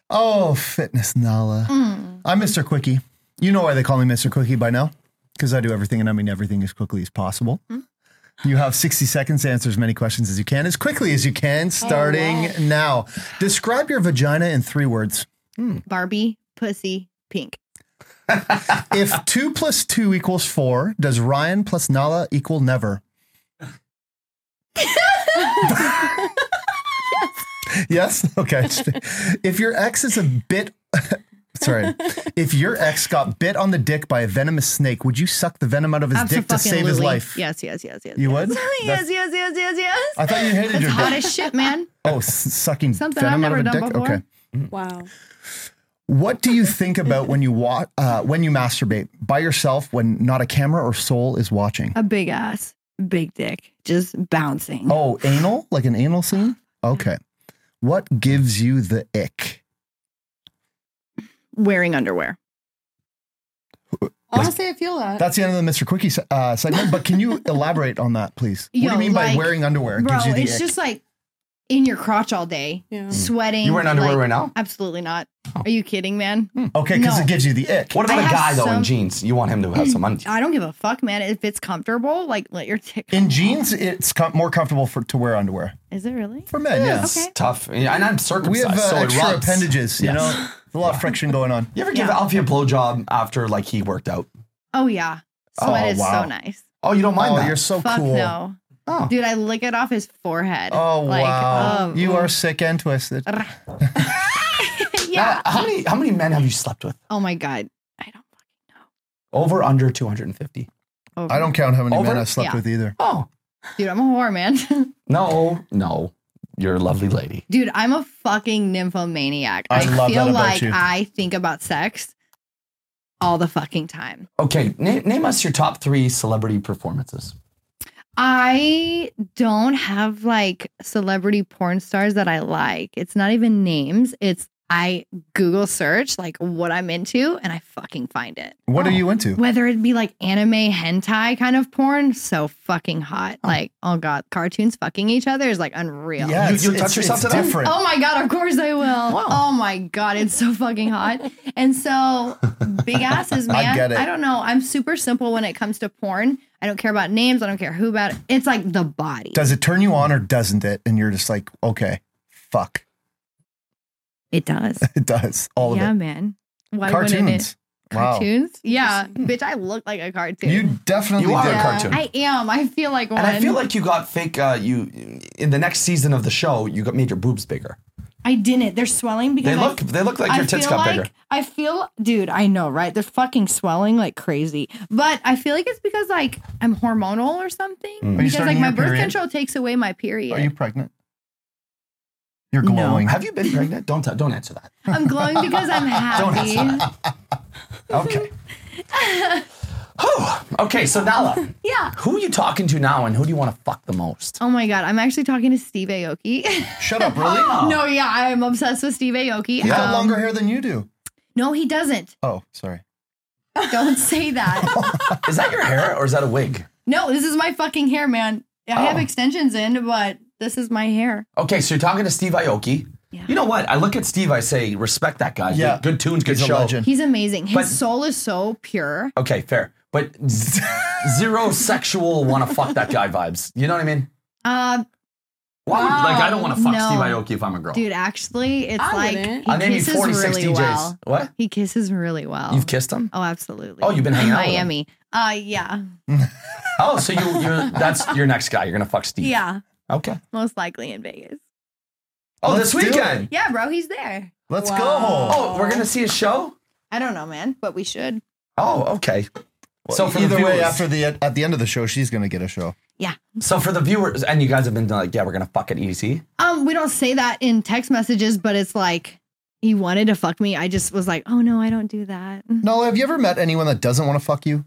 [SPEAKER 3] Oh, fitness Nala.
[SPEAKER 2] Hmm.
[SPEAKER 3] I'm Mr. Quickie. You know why they call me Mr. Quickie by now? Because I do everything and I mean everything as quickly as possible. You have 60 seconds to answer as many questions as you can, as quickly as you
[SPEAKER 2] Oh,
[SPEAKER 3] can, starting now. Describe your vagina in three words. Hmm.
[SPEAKER 2] Barbie, pussy, pink.
[SPEAKER 3] [laughs] If two plus two equals four, does Ryan plus Nala equal never? yes. [laughs] Okay. If your ex is a bit, [laughs] sorry, if your ex got bit on the dick by a venomous snake, would you suck the venom out of his dick to save his
[SPEAKER 2] Abso-fucking-lutely.
[SPEAKER 3] life?
[SPEAKER 2] Yes, yes, yes, yes.
[SPEAKER 3] You
[SPEAKER 2] yes.
[SPEAKER 3] would?
[SPEAKER 2] yes,
[SPEAKER 3] That's-
[SPEAKER 2] yes, yes, yes, yes.
[SPEAKER 3] I thought you hated your
[SPEAKER 2] Hot
[SPEAKER 3] dick.
[SPEAKER 2] as shit, man.
[SPEAKER 3] Oh, s-
[SPEAKER 2] [laughs]
[SPEAKER 3] sucking
[SPEAKER 2] Something I've
[SPEAKER 3] venom out of
[SPEAKER 2] never
[SPEAKER 3] a
[SPEAKER 2] done
[SPEAKER 3] dick.
[SPEAKER 2] before.
[SPEAKER 3] Okay.
[SPEAKER 5] Wow.
[SPEAKER 3] What do you think about when you wa- uh, when you masturbate by yourself when not a camera or soul is watching?
[SPEAKER 2] [laughs] A big ass, big dick, just bouncing.
[SPEAKER 3] Oh, anal? Like an anal scene? Okay. What gives you the ick?
[SPEAKER 2] Wearing underwear.
[SPEAKER 5] Honestly, I feel
[SPEAKER 2] Uh,
[SPEAKER 5] that.
[SPEAKER 3] That's the end of the Mr. Quickie se- uh, segment, but can
[SPEAKER 2] [laughs]
[SPEAKER 3] you elaborate on that, please? What do
[SPEAKER 2] Yo,
[SPEAKER 3] you mean by
[SPEAKER 2] like,
[SPEAKER 3] wearing underwear
[SPEAKER 2] Bro,
[SPEAKER 3] gives you the
[SPEAKER 2] it's
[SPEAKER 3] ick?
[SPEAKER 2] just like in your crotch all day,
[SPEAKER 5] Yeah.
[SPEAKER 2] sweating.
[SPEAKER 1] You wearing underwear
[SPEAKER 2] like-
[SPEAKER 1] right now?
[SPEAKER 2] Absolutely not. Are you kidding, man?
[SPEAKER 3] okay, because
[SPEAKER 2] no.
[SPEAKER 3] it gives you the ick.
[SPEAKER 1] What about
[SPEAKER 2] I
[SPEAKER 1] a
[SPEAKER 2] have
[SPEAKER 1] guy though in
[SPEAKER 2] some-
[SPEAKER 1] jeans? You want him to
[SPEAKER 2] [clears throat]
[SPEAKER 1] have some money.
[SPEAKER 2] I don't give a fuck, man. If it's comfortable, like let your dick.
[SPEAKER 3] In jeans, it's com- more comfortable for to wear underwear.
[SPEAKER 2] Is it really?
[SPEAKER 3] For men, yeah.
[SPEAKER 1] It's
[SPEAKER 2] Okay.
[SPEAKER 1] tough. And I'm circumcised,
[SPEAKER 3] We have uh,
[SPEAKER 1] so it
[SPEAKER 3] extra
[SPEAKER 1] rubs.
[SPEAKER 3] appendages, you
[SPEAKER 1] Yes.
[SPEAKER 3] know? There's a lot of friction going on.
[SPEAKER 1] You ever give Alfie a blowjob after like he worked out?
[SPEAKER 2] Oh yeah, sweat is
[SPEAKER 3] wow.
[SPEAKER 2] so nice.
[SPEAKER 1] Oh, you don't mind
[SPEAKER 3] Oh,
[SPEAKER 1] that?
[SPEAKER 3] you're so
[SPEAKER 2] fuck
[SPEAKER 3] cool.
[SPEAKER 2] no,
[SPEAKER 1] Oh.
[SPEAKER 2] dude. I lick it off his forehead.
[SPEAKER 3] Oh, wow.
[SPEAKER 2] um,
[SPEAKER 3] you are sick and twisted.
[SPEAKER 5] Yeah.
[SPEAKER 1] Now, how many how many men have you slept with?
[SPEAKER 2] Oh my god, I don't
[SPEAKER 1] Over under 250.
[SPEAKER 2] fucking. Over.
[SPEAKER 3] I don't count how many
[SPEAKER 1] Over?
[SPEAKER 3] men I've slept
[SPEAKER 2] Yeah.
[SPEAKER 3] with either.
[SPEAKER 1] Oh.
[SPEAKER 2] Oh, dude. I'm a whore, man. [laughs]
[SPEAKER 1] No, no. You're a lovely lady.
[SPEAKER 2] dude, I'm a fucking nymphomaniac.
[SPEAKER 3] I love
[SPEAKER 2] feel
[SPEAKER 3] that about
[SPEAKER 2] like
[SPEAKER 3] you.
[SPEAKER 2] I think about sex all the fucking time.
[SPEAKER 1] Okay, na- name us your top 3 celebrity performances.
[SPEAKER 2] I don't have like celebrity porn stars that I like. It's not even names. It's I Google search like what I'm into and I fucking find it.
[SPEAKER 3] What are you into?
[SPEAKER 2] Whether it be like anime hentai kind of porn, so fucking hot. Like, oh god, cartoons fucking each other is like unreal.
[SPEAKER 1] You-
[SPEAKER 3] it's-
[SPEAKER 1] you touch
[SPEAKER 3] it's-
[SPEAKER 1] yourself
[SPEAKER 3] it's
[SPEAKER 1] to that?
[SPEAKER 3] different.
[SPEAKER 2] Oh my god, of course I will. Oh my god, it's so fucking hot. And so
[SPEAKER 3] [laughs]
[SPEAKER 2] big asses, man.
[SPEAKER 3] get it.
[SPEAKER 2] don't know. I'm super simple when it comes to porn. I don't care about names. I don't care who about it. It's like the body.
[SPEAKER 3] Does it turn you on or doesn't it? And you're just like, okay, fuck. [laughs]
[SPEAKER 2] it does.
[SPEAKER 3] It does. All
[SPEAKER 2] yeah,
[SPEAKER 3] of it.
[SPEAKER 2] man. Why wouldn't it?
[SPEAKER 3] Cartoons. Wow.
[SPEAKER 2] Cartoons? Yeah. Bitch, I look like a cartoon.
[SPEAKER 3] You definitely
[SPEAKER 1] You are
[SPEAKER 3] did.
[SPEAKER 1] a
[SPEAKER 5] Yeah.
[SPEAKER 1] cartoon.
[SPEAKER 2] I am. I feel like one.
[SPEAKER 1] and I feel like you got fake uh, you in the next season of the show, you got made your boobs bigger.
[SPEAKER 2] I didn't. They're swelling because
[SPEAKER 1] They
[SPEAKER 2] I-
[SPEAKER 1] look they look like your tits
[SPEAKER 2] feel
[SPEAKER 1] got
[SPEAKER 2] like,
[SPEAKER 1] bigger.
[SPEAKER 2] I feel, dude, I know, right? They're fucking swelling like crazy. But I feel like it's because like I'm hormonal or something.
[SPEAKER 1] Mm. Are you
[SPEAKER 2] Because
[SPEAKER 3] starting
[SPEAKER 2] like my
[SPEAKER 3] your
[SPEAKER 2] birth
[SPEAKER 3] period?
[SPEAKER 2] control takes away my period.
[SPEAKER 3] Are you pregnant? You're
[SPEAKER 2] No.
[SPEAKER 3] glowing.
[SPEAKER 1] Have you been pregnant? Don't t- don't answer that.
[SPEAKER 2] I'm glowing
[SPEAKER 1] [laughs]
[SPEAKER 2] because I'm happy.
[SPEAKER 1] Okay. oh, okay. So Nala,
[SPEAKER 2] [laughs] yeah.
[SPEAKER 1] who are you talking to now, and who do you want to fuck the most?
[SPEAKER 2] Oh my god, I'm actually talking to Steve Aoki. [laughs]
[SPEAKER 1] [laughs]
[SPEAKER 3] Shut up, really?
[SPEAKER 1] Oh.
[SPEAKER 2] no, yeah, I am obsessed with Steve Aoki.
[SPEAKER 3] You got
[SPEAKER 2] Um,
[SPEAKER 3] longer hair than you do.
[SPEAKER 2] No, he doesn't.
[SPEAKER 3] Oh, sorry.
[SPEAKER 2] Don't
[SPEAKER 1] [laughs]
[SPEAKER 2] say that.
[SPEAKER 1] Is that your hair or is that a wig?
[SPEAKER 2] no, this is my fucking hair, man. I
[SPEAKER 1] Oh.
[SPEAKER 2] have extensions in, but this is my hair.
[SPEAKER 1] Okay, so you're talking to Steve Aoki.
[SPEAKER 2] Yeah.
[SPEAKER 1] You know what? I look at Steve. I say, respect that guy.
[SPEAKER 3] Yeah.
[SPEAKER 1] Good, good tunes, good
[SPEAKER 3] He's a
[SPEAKER 1] show.
[SPEAKER 3] legend.
[SPEAKER 2] He's amazing. His
[SPEAKER 1] But-
[SPEAKER 2] soul is so pure.
[SPEAKER 1] Okay, fair. But z- zero sexual want to fuck that guy vibes. You know what I mean?
[SPEAKER 2] Um,
[SPEAKER 1] Why would- like I don't want to fuck
[SPEAKER 2] Oh, No.
[SPEAKER 1] Steve Aoki if I'm a girl.
[SPEAKER 2] Dude, actually, it's
[SPEAKER 5] I
[SPEAKER 2] like
[SPEAKER 5] wouldn't.
[SPEAKER 2] he
[SPEAKER 1] I name you
[SPEAKER 2] kisses
[SPEAKER 1] 46
[SPEAKER 2] really
[SPEAKER 1] DJs.
[SPEAKER 2] well.
[SPEAKER 1] What?
[SPEAKER 2] He kisses really well.
[SPEAKER 1] You've kissed him?
[SPEAKER 2] Oh, absolutely.
[SPEAKER 1] Oh, you've been hanging
[SPEAKER 2] in
[SPEAKER 1] out with him.
[SPEAKER 2] Miami. Uh, yeah,
[SPEAKER 1] Oh, so you you that's your next guy. You're gonna fuck Steve.
[SPEAKER 2] yeah,
[SPEAKER 1] Okay.
[SPEAKER 2] most likely in Vegas.
[SPEAKER 1] Oh,
[SPEAKER 3] Let's
[SPEAKER 1] this
[SPEAKER 3] do it.
[SPEAKER 1] weekend.
[SPEAKER 2] Yeah, bro, he's there.
[SPEAKER 3] [laughs] Let's
[SPEAKER 5] Wow.
[SPEAKER 3] go.
[SPEAKER 1] Oh, we're gonna see a show.
[SPEAKER 2] I don't know, man, but we should.
[SPEAKER 1] Oh, okay. so for
[SPEAKER 3] either
[SPEAKER 1] the
[SPEAKER 3] way,
[SPEAKER 1] viewers,
[SPEAKER 3] after the at the end of the show, she's gonna get a show.
[SPEAKER 2] Yeah.
[SPEAKER 1] so for the viewers, and you guys have been like, yeah, we're gonna fuck it easy.
[SPEAKER 2] Um, we don't say that in text messages, but it's like he wanted to fuck me. I just was like, oh no, I don't do that. [laughs]
[SPEAKER 3] Nala, have you ever met anyone that doesn't want to fuck you?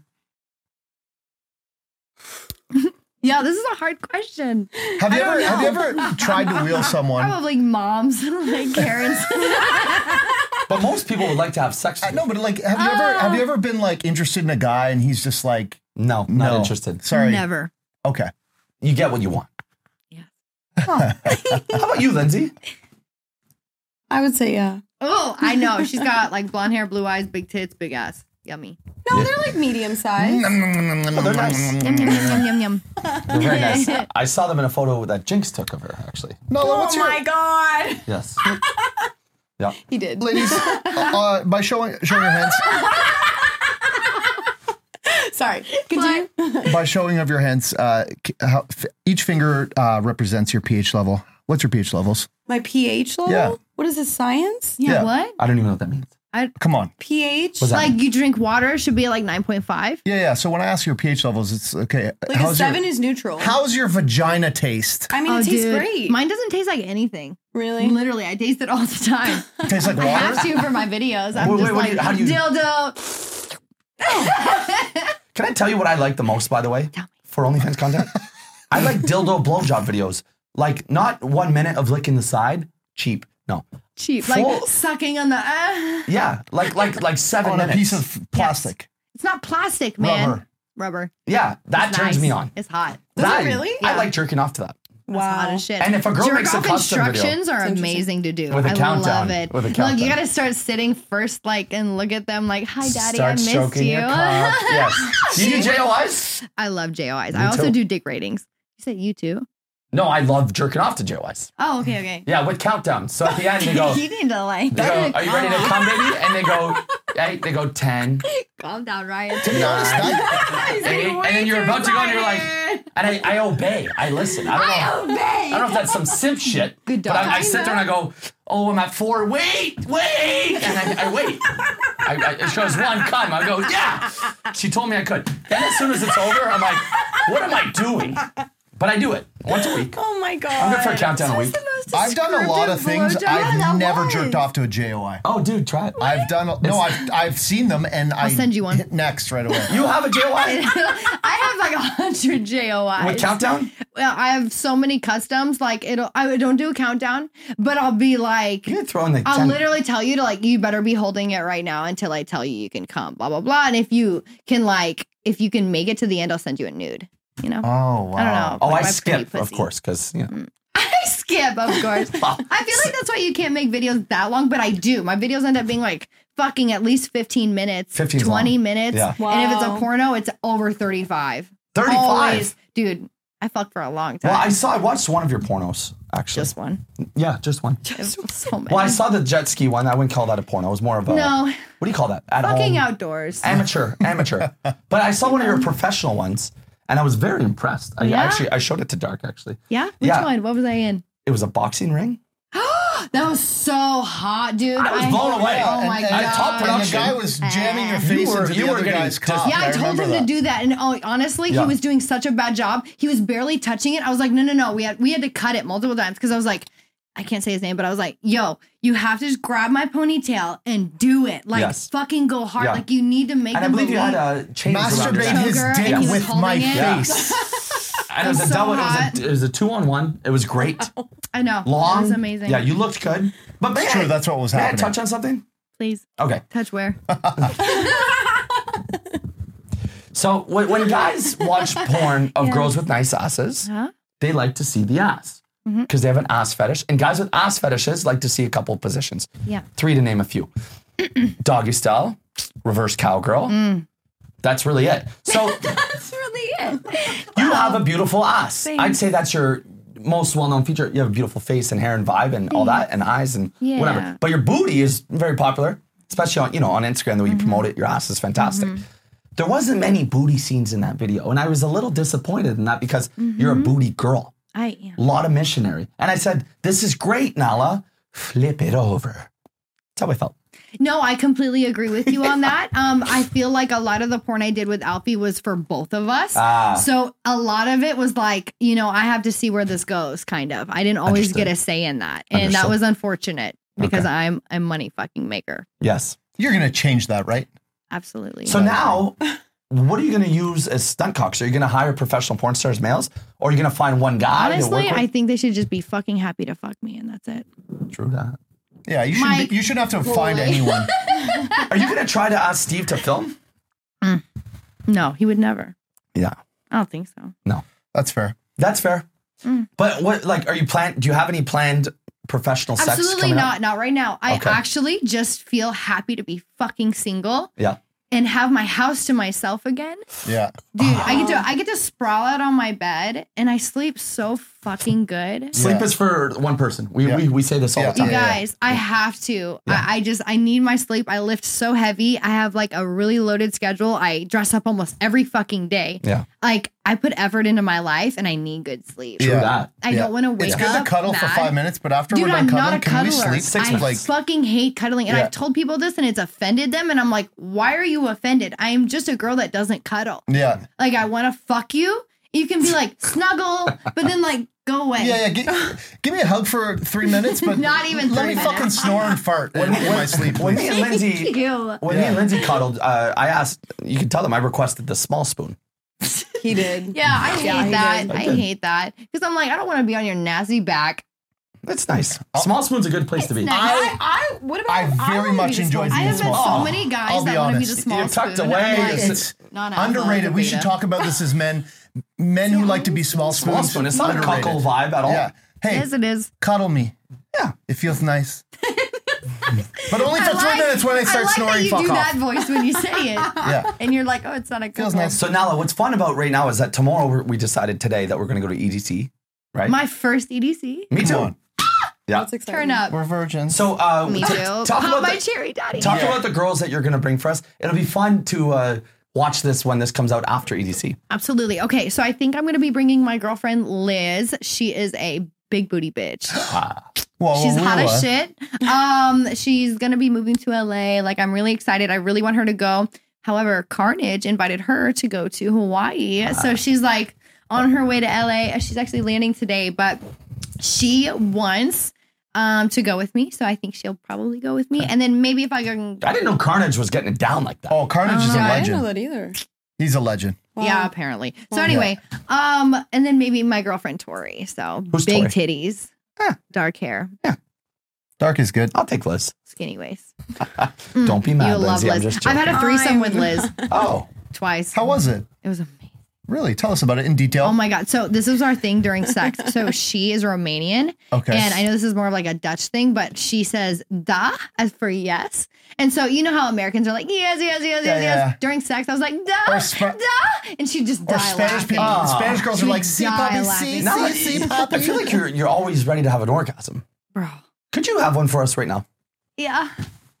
[SPEAKER 2] Yeah, this is a hard question.
[SPEAKER 3] Have you
[SPEAKER 2] I
[SPEAKER 3] ever
[SPEAKER 2] don't
[SPEAKER 3] have you
[SPEAKER 2] know.
[SPEAKER 3] ever tried to wheel someone?
[SPEAKER 2] Probably moms, [laughs]
[SPEAKER 1] [laughs]
[SPEAKER 2] like Karen's.
[SPEAKER 1] But most people would like to have sex.
[SPEAKER 3] Uh,
[SPEAKER 1] With you.
[SPEAKER 3] No, but like, have you ever have you ever been like interested in a guy and he's just like,
[SPEAKER 1] No, not
[SPEAKER 3] no,
[SPEAKER 1] interested.
[SPEAKER 3] Sorry,
[SPEAKER 2] Never.
[SPEAKER 3] Okay,
[SPEAKER 1] You get what you want.
[SPEAKER 2] Yeah. [laughs]
[SPEAKER 1] How about you, Lindsay?
[SPEAKER 5] I would say yeah.
[SPEAKER 2] Oh, I know. She's got like blonde hair, blue eyes, big tits, big ass. Yummy.
[SPEAKER 5] No, they're like medium size.
[SPEAKER 1] they're nice.
[SPEAKER 2] Yum, yum, yum, yum, yum.
[SPEAKER 1] They're very nice. I saw them in a photo that Jinx took of her, actually.
[SPEAKER 3] Nala,
[SPEAKER 5] Oh
[SPEAKER 3] what's your
[SPEAKER 5] my [laughs] god.
[SPEAKER 1] Yes.
[SPEAKER 5] He
[SPEAKER 3] [laughs]
[SPEAKER 5] did.
[SPEAKER 3] ladies? uh, uh, by showing showing your hands,
[SPEAKER 5] [laughs] Sorry. Continue.
[SPEAKER 3] by showing of your hands, uh, c- how, f- each finger uh, represents your pH level. What's your pH levels?
[SPEAKER 5] My pH level?
[SPEAKER 3] Yeah.
[SPEAKER 5] What is this science?
[SPEAKER 2] Yeah,
[SPEAKER 3] Yeah.
[SPEAKER 2] what?
[SPEAKER 1] I don't even know what that means.
[SPEAKER 3] Come on.
[SPEAKER 5] pH?
[SPEAKER 1] Was that-
[SPEAKER 2] Like you drink water should be at like 9.5.
[SPEAKER 3] Yeah, yeah. So when I ask your pH levels, it's okay.
[SPEAKER 5] Like a seven
[SPEAKER 3] your,
[SPEAKER 5] is neutral.
[SPEAKER 3] How's your vagina taste?
[SPEAKER 5] I mean,
[SPEAKER 2] Oh,
[SPEAKER 5] it tastes great.
[SPEAKER 2] Mine doesn't taste like anything.
[SPEAKER 5] really?
[SPEAKER 2] Literally, I taste it all the
[SPEAKER 5] [laughs]
[SPEAKER 2] time.
[SPEAKER 3] Tastes like
[SPEAKER 2] I have
[SPEAKER 3] water.
[SPEAKER 2] to for my videos. I'm
[SPEAKER 1] Wait, wait, what
[SPEAKER 2] just
[SPEAKER 1] do
[SPEAKER 2] like
[SPEAKER 1] you- how do you-
[SPEAKER 2] dildo.
[SPEAKER 1] Can I tell you what I like the most, by the way?
[SPEAKER 2] Tell me.
[SPEAKER 1] For OnlyFans content? I like dildo blowjob videos. Like, not one minute of licking the side. Cheap. No.
[SPEAKER 2] Cheap,
[SPEAKER 1] Full-
[SPEAKER 2] like sucking on the. Uh,
[SPEAKER 1] Yeah. Like, like, like seven
[SPEAKER 3] On a
[SPEAKER 1] minutes.
[SPEAKER 3] piece of plastic.
[SPEAKER 2] it's not plastic, man.
[SPEAKER 3] Rubber.
[SPEAKER 2] Rubber.
[SPEAKER 1] Yeah, that
[SPEAKER 2] It's
[SPEAKER 1] turns
[SPEAKER 2] nice.
[SPEAKER 1] me on.
[SPEAKER 2] It's hot.
[SPEAKER 1] That-
[SPEAKER 5] really?
[SPEAKER 1] I
[SPEAKER 2] Yeah.
[SPEAKER 1] like jerking off to that.
[SPEAKER 2] Hot
[SPEAKER 5] [laughs]
[SPEAKER 2] as shit.
[SPEAKER 1] And if a girl
[SPEAKER 2] Jerk
[SPEAKER 1] makes a
[SPEAKER 2] off
[SPEAKER 1] custom video-
[SPEAKER 2] instructions are
[SPEAKER 5] interesting.
[SPEAKER 2] amazing to do.
[SPEAKER 1] With a
[SPEAKER 2] I
[SPEAKER 1] countdown.
[SPEAKER 2] love it.
[SPEAKER 1] With a
[SPEAKER 2] Look,
[SPEAKER 1] countdown.
[SPEAKER 2] you gotta start sitting first, like, and look at them, like, "Hi, daddy,
[SPEAKER 1] Start
[SPEAKER 2] I missed
[SPEAKER 1] stroking
[SPEAKER 2] you."
[SPEAKER 1] your cock.
[SPEAKER 2] [laughs]
[SPEAKER 1] yes. Do you do JOIs?
[SPEAKER 2] I love JOIs.
[SPEAKER 1] Me
[SPEAKER 2] I also
[SPEAKER 1] too.
[SPEAKER 2] do dick ratings. You said you too.
[SPEAKER 1] No, I love jerking off to JOIs.
[SPEAKER 2] Oh, okay, okay.
[SPEAKER 1] Yeah, with countdown. So at the end, they go,
[SPEAKER 2] [laughs] you need to like
[SPEAKER 1] they go are you ready to come, baby? And they go, eight, they go 10,
[SPEAKER 2] [laughs] calm down, Ryan.
[SPEAKER 1] [laughs]
[SPEAKER 3] To be honest, that-
[SPEAKER 1] eight, and then you're about to go and you're like, and I, I obey. I listen. I don't know. I don't know if that's some simp shit.
[SPEAKER 2] [laughs] Good
[SPEAKER 1] But I, I
[SPEAKER 2] dog.
[SPEAKER 1] sit there and I go, oh, I'm at four. Wait, wait. And I, I wait. I, I, it shows one come. I go, yeah. She told me I could. Then as soon as it's over, I'm like, what am I doing? But I do it once a week.
[SPEAKER 5] Oh my god.
[SPEAKER 1] I'm good for a countdown a week.
[SPEAKER 3] I've done a lot of things.
[SPEAKER 5] that
[SPEAKER 3] I've never
[SPEAKER 5] was.
[SPEAKER 3] jerked off to a JOI.
[SPEAKER 1] Oh, dude, try it.
[SPEAKER 3] I've done a- no. I've I've seen them, and I'll
[SPEAKER 2] send you one.
[SPEAKER 3] Hit next
[SPEAKER 2] [laughs]
[SPEAKER 3] right away.
[SPEAKER 1] You have a JOI
[SPEAKER 2] I have like a hundred JOIs.
[SPEAKER 1] with countdown?
[SPEAKER 2] Well, I have so many customs. Like it'll, I don't do a countdown, but I'll be like,
[SPEAKER 1] You can throw in the
[SPEAKER 2] I'll
[SPEAKER 1] 10
[SPEAKER 2] literally tell you to like, you better be holding it right now until I tell you you can come. Blah blah blah. And if you can like, if you can make it to the end, I'll send you a nude. You know.
[SPEAKER 3] Oh wow.
[SPEAKER 2] I don't know.
[SPEAKER 1] Oh,
[SPEAKER 2] like
[SPEAKER 1] I
[SPEAKER 2] my pretty
[SPEAKER 1] skip, of
[SPEAKER 2] pussy. Mm.
[SPEAKER 1] course, because you know.
[SPEAKER 2] [laughs] I skip, of course.
[SPEAKER 1] Oh.
[SPEAKER 2] I feel like that's why you can't make videos that long, but I do. My videos end up being like fucking at least 15 minutes,
[SPEAKER 1] 15 's
[SPEAKER 2] 20
[SPEAKER 1] long.
[SPEAKER 2] minutes.
[SPEAKER 1] Yeah.
[SPEAKER 2] And if it's a
[SPEAKER 5] Wow.
[SPEAKER 2] porno, it's over 35.
[SPEAKER 1] 35?
[SPEAKER 2] Always. Dude, I fucked for a long time.
[SPEAKER 1] Well, I saw I watched one of your pornos actually.
[SPEAKER 2] Just one.
[SPEAKER 1] yeah, just
[SPEAKER 2] [laughs]
[SPEAKER 1] one.
[SPEAKER 2] So many.
[SPEAKER 1] Well, I saw the jet ski one. I wouldn't call that a porno. It was more of a
[SPEAKER 2] No.
[SPEAKER 1] What do you call that? At
[SPEAKER 2] fucking
[SPEAKER 1] home.
[SPEAKER 2] outdoors. [laughs]
[SPEAKER 1] Amateur, amateur. but I saw one of your professional ones, and I was very impressed. I
[SPEAKER 2] Yeah?
[SPEAKER 1] actually I showed it to Dark actually.
[SPEAKER 2] yeah? Which
[SPEAKER 1] Yeah.
[SPEAKER 2] one? What was I in?
[SPEAKER 1] It was a boxing ring.
[SPEAKER 2] That was so hot, dude.
[SPEAKER 1] I was blown away.
[SPEAKER 2] Oh my
[SPEAKER 1] and
[SPEAKER 2] God.
[SPEAKER 1] top
[SPEAKER 3] And the
[SPEAKER 1] production.
[SPEAKER 3] guy was jamming your face
[SPEAKER 1] were-
[SPEAKER 3] into
[SPEAKER 1] you
[SPEAKER 3] the
[SPEAKER 1] were
[SPEAKER 3] other
[SPEAKER 1] getting
[SPEAKER 3] guy's
[SPEAKER 1] dis-
[SPEAKER 3] cock.
[SPEAKER 2] Yeah, I, told
[SPEAKER 3] remember
[SPEAKER 2] him
[SPEAKER 3] that.
[SPEAKER 2] to do that, and oh, honestly,
[SPEAKER 1] Yeah.
[SPEAKER 2] he was doing such a bad job. He was barely touching it. I was like, no, no, no. We had we had to cut it multiple times because I was like, I can't say his name, but I was like, yo, you have to just grab my ponytail and do it, like
[SPEAKER 1] Yes.
[SPEAKER 2] fucking go hard,
[SPEAKER 1] Yeah.
[SPEAKER 2] like you need to make.
[SPEAKER 1] And I
[SPEAKER 2] them
[SPEAKER 1] believe you had
[SPEAKER 2] believe.
[SPEAKER 1] a chain
[SPEAKER 3] Masturbate
[SPEAKER 2] Yeah.
[SPEAKER 3] his
[SPEAKER 2] Sugar,
[SPEAKER 3] dick
[SPEAKER 2] and he was
[SPEAKER 3] with my
[SPEAKER 2] holding it.
[SPEAKER 3] face.
[SPEAKER 2] [laughs]
[SPEAKER 1] And it was,
[SPEAKER 2] That's
[SPEAKER 1] a
[SPEAKER 2] so
[SPEAKER 1] double.
[SPEAKER 2] hot.
[SPEAKER 1] It was a, it was a two on one. It was
[SPEAKER 2] [laughs]
[SPEAKER 1] great.
[SPEAKER 2] I know.
[SPEAKER 1] Long.
[SPEAKER 2] it was amazing.
[SPEAKER 1] Yeah, you looked good. But man,
[SPEAKER 3] true, that's what was happening.
[SPEAKER 1] May I touch on something?
[SPEAKER 2] please
[SPEAKER 1] Okay.
[SPEAKER 2] touch where
[SPEAKER 1] So when, when
[SPEAKER 2] [laughs]
[SPEAKER 1] guys watch porn of girls with nice asses,
[SPEAKER 2] Uh-huh.
[SPEAKER 1] they like to see the ass
[SPEAKER 2] Mm-hmm.
[SPEAKER 1] because they have an ass fetish. And guys with ass fetishes like to see a couple of positions.
[SPEAKER 2] Yeah.
[SPEAKER 1] Three to name a few doggy style, reverse cowgirl. That's really it. So
[SPEAKER 5] Mm. [laughs] That's really it.
[SPEAKER 1] you have a beautiful ass. I'd say that's your most well-known feature. You have a beautiful face and hair and vibe and all that and eyes and
[SPEAKER 2] Yeah.
[SPEAKER 1] whatever. But your booty is very popular, especially on you know on Instagram the way you
[SPEAKER 5] Mm-hmm.
[SPEAKER 1] promote it. Your ass is fantastic. There wasn't many booty scenes in that video, and I was a little disappointed in that because you're a
[SPEAKER 5] Mm-hmm.
[SPEAKER 1] booty girl,
[SPEAKER 2] I am.
[SPEAKER 1] a lot of missionary, and I said this is great, Nala. Flip it over. That's how I felt.
[SPEAKER 2] No, I completely agree with you
[SPEAKER 1] [laughs]
[SPEAKER 2] on that. Um, I feel like a lot of the porn I did with Alfie was for both of us.
[SPEAKER 1] Ah.
[SPEAKER 2] So a lot of it was like, you know, I have to see where this goes, kind of. I didn't always
[SPEAKER 1] Understood.
[SPEAKER 2] get a say in that. And that
[SPEAKER 1] Understood.
[SPEAKER 2] was unfortunate because
[SPEAKER 1] Okay.
[SPEAKER 2] I'm a money fucking maker.
[SPEAKER 1] Yes.
[SPEAKER 3] You're gonna change that, right?
[SPEAKER 2] Absolutely.
[SPEAKER 1] So now, what are you going to use as stunt cocks? Are you going to hire professional porn stars males, or are you going to find one guy? to work
[SPEAKER 2] Honestly,
[SPEAKER 1] with?
[SPEAKER 2] I think they should just be fucking happy to fuck me, and that's it.
[SPEAKER 1] True that.
[SPEAKER 3] Yeah, you shouldn't.
[SPEAKER 2] Mike,
[SPEAKER 3] be- you shouldn't have to find anyone.
[SPEAKER 1] Are you going to try to ask Steve to film?
[SPEAKER 2] No, he would never.
[SPEAKER 1] Yeah.
[SPEAKER 2] I don't think so.
[SPEAKER 1] No.
[SPEAKER 3] That's fair.
[SPEAKER 1] That's fair.
[SPEAKER 2] Mm.
[SPEAKER 1] But what, like, are you plan? Do you have any planned professional sex?
[SPEAKER 2] Absolutely
[SPEAKER 1] coming up?
[SPEAKER 2] not. Not right now. I
[SPEAKER 1] Okay.
[SPEAKER 2] actually just feel happy to be fucking single
[SPEAKER 1] Yeah.
[SPEAKER 2] and have my house to myself again.
[SPEAKER 3] Yeah.
[SPEAKER 2] Dude, I get to I get to sprawl out on my bed and I sleep so fucking good.
[SPEAKER 1] Sleep is for one person. We,
[SPEAKER 3] Yeah.
[SPEAKER 1] we, we say this all
[SPEAKER 3] Yeah.
[SPEAKER 1] the time.
[SPEAKER 2] You guys, I have to. I, I just I need my sleep. I lift so heavy. I have like a really loaded schedule. I dress up almost every fucking day.
[SPEAKER 1] Yeah.
[SPEAKER 2] Like I put effort into my life and I need good sleep.
[SPEAKER 1] True
[SPEAKER 3] Yeah.
[SPEAKER 1] that.
[SPEAKER 2] I
[SPEAKER 3] Yeah.
[SPEAKER 2] don't want to wake
[SPEAKER 3] It's
[SPEAKER 2] up.
[SPEAKER 3] good to cuddle for
[SPEAKER 2] mad.
[SPEAKER 3] five minutes, but after
[SPEAKER 2] Dude,
[SPEAKER 3] we're done
[SPEAKER 2] I'm not a
[SPEAKER 3] cuddling, can we
[SPEAKER 2] cuddler.
[SPEAKER 3] sleep
[SPEAKER 1] Six
[SPEAKER 2] I
[SPEAKER 1] minutes.
[SPEAKER 3] like?
[SPEAKER 2] fucking hate cuddling. And
[SPEAKER 3] Yeah.
[SPEAKER 2] I've told people this and it's offended them. And I'm like, why are you offended? I am just a girl that doesn't cuddle.
[SPEAKER 3] Yeah.
[SPEAKER 2] like I want to fuck you. You can be like snuggle, but then like go away. [laughs]
[SPEAKER 3] Yeah, yeah. gi- give me a hug for three minutes, but
[SPEAKER 2] Not even
[SPEAKER 3] Let
[SPEAKER 2] 30
[SPEAKER 3] me
[SPEAKER 2] minutes.
[SPEAKER 3] fucking snore and fart in, in my sleep,
[SPEAKER 1] When me
[SPEAKER 3] please.
[SPEAKER 1] and
[SPEAKER 2] [laughs]
[SPEAKER 1] Lindsay,
[SPEAKER 2] Ew.
[SPEAKER 1] when me and Lindsay cuddled, uh, I asked. You can tell them I requested the small spoon.
[SPEAKER 5] He did.
[SPEAKER 2] Yeah, I hate
[SPEAKER 5] he
[SPEAKER 2] that.
[SPEAKER 5] did.
[SPEAKER 2] I hate that because I'm like, I don't want to be on your nasty back.
[SPEAKER 1] That's nice. Small spoon's a good place to be.
[SPEAKER 2] nice.
[SPEAKER 5] I, I, what about
[SPEAKER 3] I
[SPEAKER 5] if
[SPEAKER 3] very
[SPEAKER 5] wanted to
[SPEAKER 3] much
[SPEAKER 5] be the
[SPEAKER 3] enjoyed
[SPEAKER 5] small-
[SPEAKER 2] I have met
[SPEAKER 3] small.
[SPEAKER 2] so many guys
[SPEAKER 3] I'll be
[SPEAKER 2] that want to be
[SPEAKER 3] honest.
[SPEAKER 2] the small
[SPEAKER 1] You're tucked
[SPEAKER 2] spoon. and
[SPEAKER 1] away.
[SPEAKER 2] I'm like,
[SPEAKER 1] It's-
[SPEAKER 3] It's
[SPEAKER 2] not alpha,
[SPEAKER 3] underrated.
[SPEAKER 2] it's a
[SPEAKER 3] We should
[SPEAKER 2] beta.
[SPEAKER 3] talk about this as men. Men who like to be small spoons.
[SPEAKER 1] Small spoon. It's not a
[SPEAKER 3] underrated.
[SPEAKER 1] cuckold vibe at all.
[SPEAKER 3] Yeah. Hey,
[SPEAKER 2] Yes, it is.
[SPEAKER 3] cuddle me.
[SPEAKER 1] Yeah.
[SPEAKER 3] It
[SPEAKER 2] [laughs]
[SPEAKER 3] feels nice. but only for
[SPEAKER 2] I
[SPEAKER 3] three minutes when I start
[SPEAKER 2] like
[SPEAKER 3] snoring.
[SPEAKER 2] That you
[SPEAKER 3] fuck
[SPEAKER 2] do
[SPEAKER 3] off.
[SPEAKER 2] that voice when you say it.
[SPEAKER 3] [laughs] Yeah.
[SPEAKER 2] And you're like, oh, it's not a good
[SPEAKER 3] Feels
[SPEAKER 2] one.
[SPEAKER 3] nice.
[SPEAKER 1] So Nala, what's fun about right now is that tomorrow we're, we decided today that we're going to go to EDC, right?
[SPEAKER 2] My first EDC.
[SPEAKER 1] Me
[SPEAKER 3] Come
[SPEAKER 1] too.
[SPEAKER 3] on.
[SPEAKER 1] Yeah.
[SPEAKER 5] That's exciting.
[SPEAKER 2] Turn up.
[SPEAKER 3] We're virgins.
[SPEAKER 1] So uh,
[SPEAKER 2] Me
[SPEAKER 1] t-
[SPEAKER 3] [laughs]
[SPEAKER 2] too.
[SPEAKER 1] talk
[SPEAKER 2] Pop
[SPEAKER 1] about
[SPEAKER 2] my
[SPEAKER 1] the,
[SPEAKER 2] cherry, daddy.
[SPEAKER 1] talk about the girls that you're going to bring for us. It'll be fun to uh, watch this when this comes out after E EDC.
[SPEAKER 2] Absolutely. Okay, so I think I'm going to be bringing my girlfriend Liz. She is a big booty bitch.
[SPEAKER 3] Well,
[SPEAKER 2] She's
[SPEAKER 3] well,
[SPEAKER 2] hot
[SPEAKER 3] well,
[SPEAKER 2] as shit. Um, she's gonna be moving to LA. Like, I'm really excited. I really want her to go. However, Carnage invited her to go to Hawaii. So she's like on her way to LA. She's actually landing today, but she wants um to go with me. So I think she'll probably go with me. And then maybe if I can
[SPEAKER 1] I didn't know Carnage was getting it down like that.
[SPEAKER 3] Oh, Carnage is a
[SPEAKER 5] I didn't know
[SPEAKER 3] legend.
[SPEAKER 5] that either.
[SPEAKER 3] He's a legend.
[SPEAKER 2] Yeah, apparently. So anyway, um, and then maybe my girlfriend Tori. So
[SPEAKER 1] Who's
[SPEAKER 2] big
[SPEAKER 1] Tori?
[SPEAKER 2] titties,
[SPEAKER 1] Yeah.
[SPEAKER 2] dark hair,
[SPEAKER 3] Dark is good.
[SPEAKER 1] I'll take Liz.
[SPEAKER 2] skinny waist.
[SPEAKER 1] Don't be
[SPEAKER 3] Ah,
[SPEAKER 1] mad,
[SPEAKER 2] Mm, You'll love
[SPEAKER 1] Lindsay.
[SPEAKER 2] Liz.
[SPEAKER 1] I'm just
[SPEAKER 2] I've
[SPEAKER 1] joking.
[SPEAKER 2] had a threesome
[SPEAKER 5] I'm-
[SPEAKER 2] with
[SPEAKER 3] [laughs]
[SPEAKER 2] Liz
[SPEAKER 1] oh,
[SPEAKER 2] twice.
[SPEAKER 3] How was it?
[SPEAKER 2] It was amazing.
[SPEAKER 3] Really? Tell us about it in detail.
[SPEAKER 2] Oh my god! So this is our thing during sex.
[SPEAKER 3] [laughs]
[SPEAKER 2] So she is Romanian,
[SPEAKER 3] Okay.
[SPEAKER 2] and I know this is more of like a Dutch thing, but she says "da" as for yes. And so you know how Americans are like yes, yes, yes,
[SPEAKER 3] Yeah,
[SPEAKER 2] yes,
[SPEAKER 3] yeah.
[SPEAKER 2] yes. During sex, I was like "da,
[SPEAKER 3] Or Spa-
[SPEAKER 2] da," and she just
[SPEAKER 3] or
[SPEAKER 2] died
[SPEAKER 3] Spanish
[SPEAKER 2] laughing.
[SPEAKER 3] people, Spanish girls
[SPEAKER 2] She
[SPEAKER 3] are
[SPEAKER 2] would
[SPEAKER 3] like, see,
[SPEAKER 2] die
[SPEAKER 3] puppy,
[SPEAKER 2] laughing.
[SPEAKER 3] see,
[SPEAKER 1] now
[SPEAKER 3] see, see, puppy.
[SPEAKER 1] I feel like you're you're always ready to have an orgasm.
[SPEAKER 2] Bro,
[SPEAKER 1] Could you have one for us right now?
[SPEAKER 2] yeah.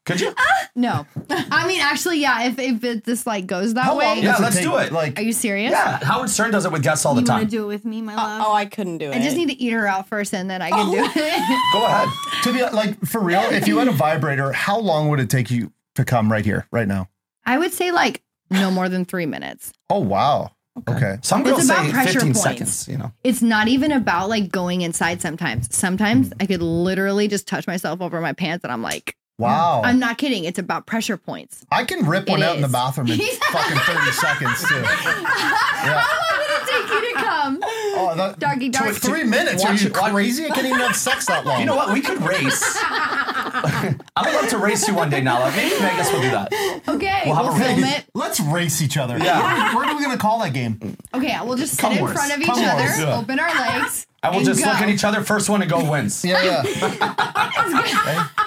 [SPEAKER 1] Could you?
[SPEAKER 2] No, I mean actually, yeah. If if it just like goes that
[SPEAKER 3] How long
[SPEAKER 2] way,
[SPEAKER 3] does
[SPEAKER 1] Yeah,
[SPEAKER 3] it
[SPEAKER 1] let's
[SPEAKER 3] take?
[SPEAKER 1] do it.
[SPEAKER 2] are [laughs]
[SPEAKER 3] Like,
[SPEAKER 2] you serious?
[SPEAKER 1] Yeah, Howard Stern does it with guests all the time. Uh,
[SPEAKER 2] do it with me, my Oh.
[SPEAKER 5] Oh, I couldn't do it.
[SPEAKER 2] I just need to eat her out first, and then I can do it. [laughs]
[SPEAKER 1] Go ahead.
[SPEAKER 3] to be like for real, if you had a vibrator, how long would it take you to come right here, right now?
[SPEAKER 2] I would say like no more than three minutes.
[SPEAKER 3] Oh wow. Okay.
[SPEAKER 1] Some
[SPEAKER 2] It's
[SPEAKER 1] girls
[SPEAKER 2] about
[SPEAKER 1] say
[SPEAKER 2] pressure
[SPEAKER 1] 15
[SPEAKER 2] points.
[SPEAKER 1] seconds. You know,
[SPEAKER 2] It's not even about like going inside sometimes. Sometimes I could literally just touch myself over my pants and I'm like,
[SPEAKER 3] Wow.
[SPEAKER 2] I'm not kidding. It's about pressure [laughs] points.
[SPEAKER 3] I can rip one
[SPEAKER 2] It
[SPEAKER 3] out in the
[SPEAKER 2] is.
[SPEAKER 3] bathroom
[SPEAKER 2] [laughs]
[SPEAKER 3] in fucking 30 seconds too. Yeah.
[SPEAKER 2] How long would it take you to come?
[SPEAKER 3] Oh, that,
[SPEAKER 2] Doggy,
[SPEAKER 3] to-
[SPEAKER 2] doggy.
[SPEAKER 3] Three minutes? Are
[SPEAKER 1] Watch
[SPEAKER 3] you
[SPEAKER 1] it, watch-
[SPEAKER 3] crazy? I can't even have sex that long.
[SPEAKER 1] you know what? We could race. [laughs] I would love to race you one day, Nala. Maybe Vegas will do that.
[SPEAKER 2] Okay,
[SPEAKER 1] We'll
[SPEAKER 2] we'll,
[SPEAKER 1] have a
[SPEAKER 2] film
[SPEAKER 1] race.
[SPEAKER 2] it.
[SPEAKER 3] Let's race each other.
[SPEAKER 1] Yeah.
[SPEAKER 3] Where are we gonna call that game?
[SPEAKER 2] Okay, we'll just sit
[SPEAKER 1] Come
[SPEAKER 2] in
[SPEAKER 1] horse.
[SPEAKER 2] front of each
[SPEAKER 3] Come
[SPEAKER 2] other,
[SPEAKER 3] horse, yeah.
[SPEAKER 2] open our legs.
[SPEAKER 1] And we'll just
[SPEAKER 2] go.
[SPEAKER 1] look at each other. First one to go wins.
[SPEAKER 3] Yeah, yeah.
[SPEAKER 2] [laughs]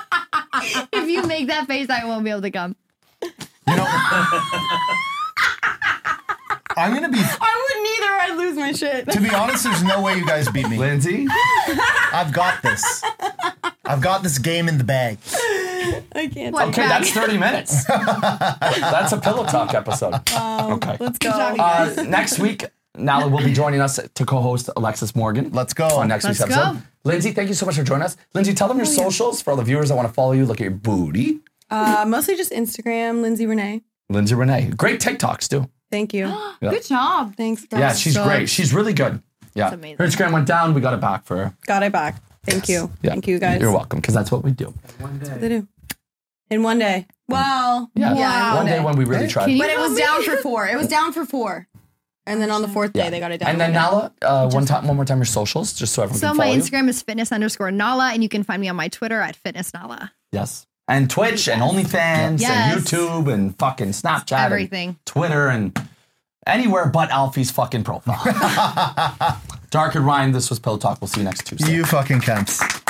[SPEAKER 2] If you make that face, I won't be able to come.
[SPEAKER 3] You know, [laughs] I'm gonna be.
[SPEAKER 5] I wouldn't either. I'd lose my shit.
[SPEAKER 3] To be honest, there's no way you guys beat
[SPEAKER 2] [laughs]
[SPEAKER 3] me.
[SPEAKER 1] Lindsay,
[SPEAKER 3] I've got this. I've got this game in the bag.
[SPEAKER 5] I can't.
[SPEAKER 2] What
[SPEAKER 5] take
[SPEAKER 1] Okay,
[SPEAKER 2] back?
[SPEAKER 1] that's 30
[SPEAKER 2] [laughs]
[SPEAKER 1] minutes. that's a pillow talk episode. okay.
[SPEAKER 5] Let's go.
[SPEAKER 1] Uh, next week, Nala will be joining us to co-host Alexis Morgan.
[SPEAKER 3] Let's go.
[SPEAKER 1] On next week's
[SPEAKER 2] Let's
[SPEAKER 1] episode.
[SPEAKER 2] go. Oh,
[SPEAKER 1] Lindsay, thank you so much for joining us. Lindsay, tell them your socials for all the viewers that want to follow you. Look at your booty.
[SPEAKER 5] Uh, mostly just Instagram, Lindsay Renee.
[SPEAKER 1] Lindsay Renee. Great TikToks too.
[SPEAKER 5] Thank [gasps] you.
[SPEAKER 2] Good job.
[SPEAKER 5] Thanks, girl.
[SPEAKER 1] Yeah, she's
[SPEAKER 2] so-
[SPEAKER 1] great. She's really good. Yeah.
[SPEAKER 2] amazing.
[SPEAKER 1] Her Instagram went down. We got it back for her.
[SPEAKER 5] Got it back. Thank you.
[SPEAKER 1] Yeah.
[SPEAKER 5] Thank you guys.
[SPEAKER 1] You're welcome, because that's what we do.
[SPEAKER 5] They do. In one day. Well,
[SPEAKER 1] Yeah.
[SPEAKER 5] Wow.
[SPEAKER 1] One day when we really try.
[SPEAKER 5] but it was down for four. It was down for four. And then on the fourth day, they got it down.
[SPEAKER 1] And then Nala, uh, one time, one more time, your socials, just so everyone
[SPEAKER 2] So
[SPEAKER 1] can follow
[SPEAKER 2] my
[SPEAKER 1] you.
[SPEAKER 2] Instagram is fitness underscore Nala, and you can find me on my Twitter at fitness Nala.
[SPEAKER 1] Yes. And Twitch and OnlyFans
[SPEAKER 2] Yes.
[SPEAKER 1] and YouTube and fucking Snapchat. and
[SPEAKER 2] Everything.
[SPEAKER 1] Twitter and anywhere but Alfie's
[SPEAKER 2] [laughs]
[SPEAKER 1] fucking profile. Dark and Ryan, this was Pillow Talk. We'll see you next Tuesday.
[SPEAKER 3] You fucking cunts.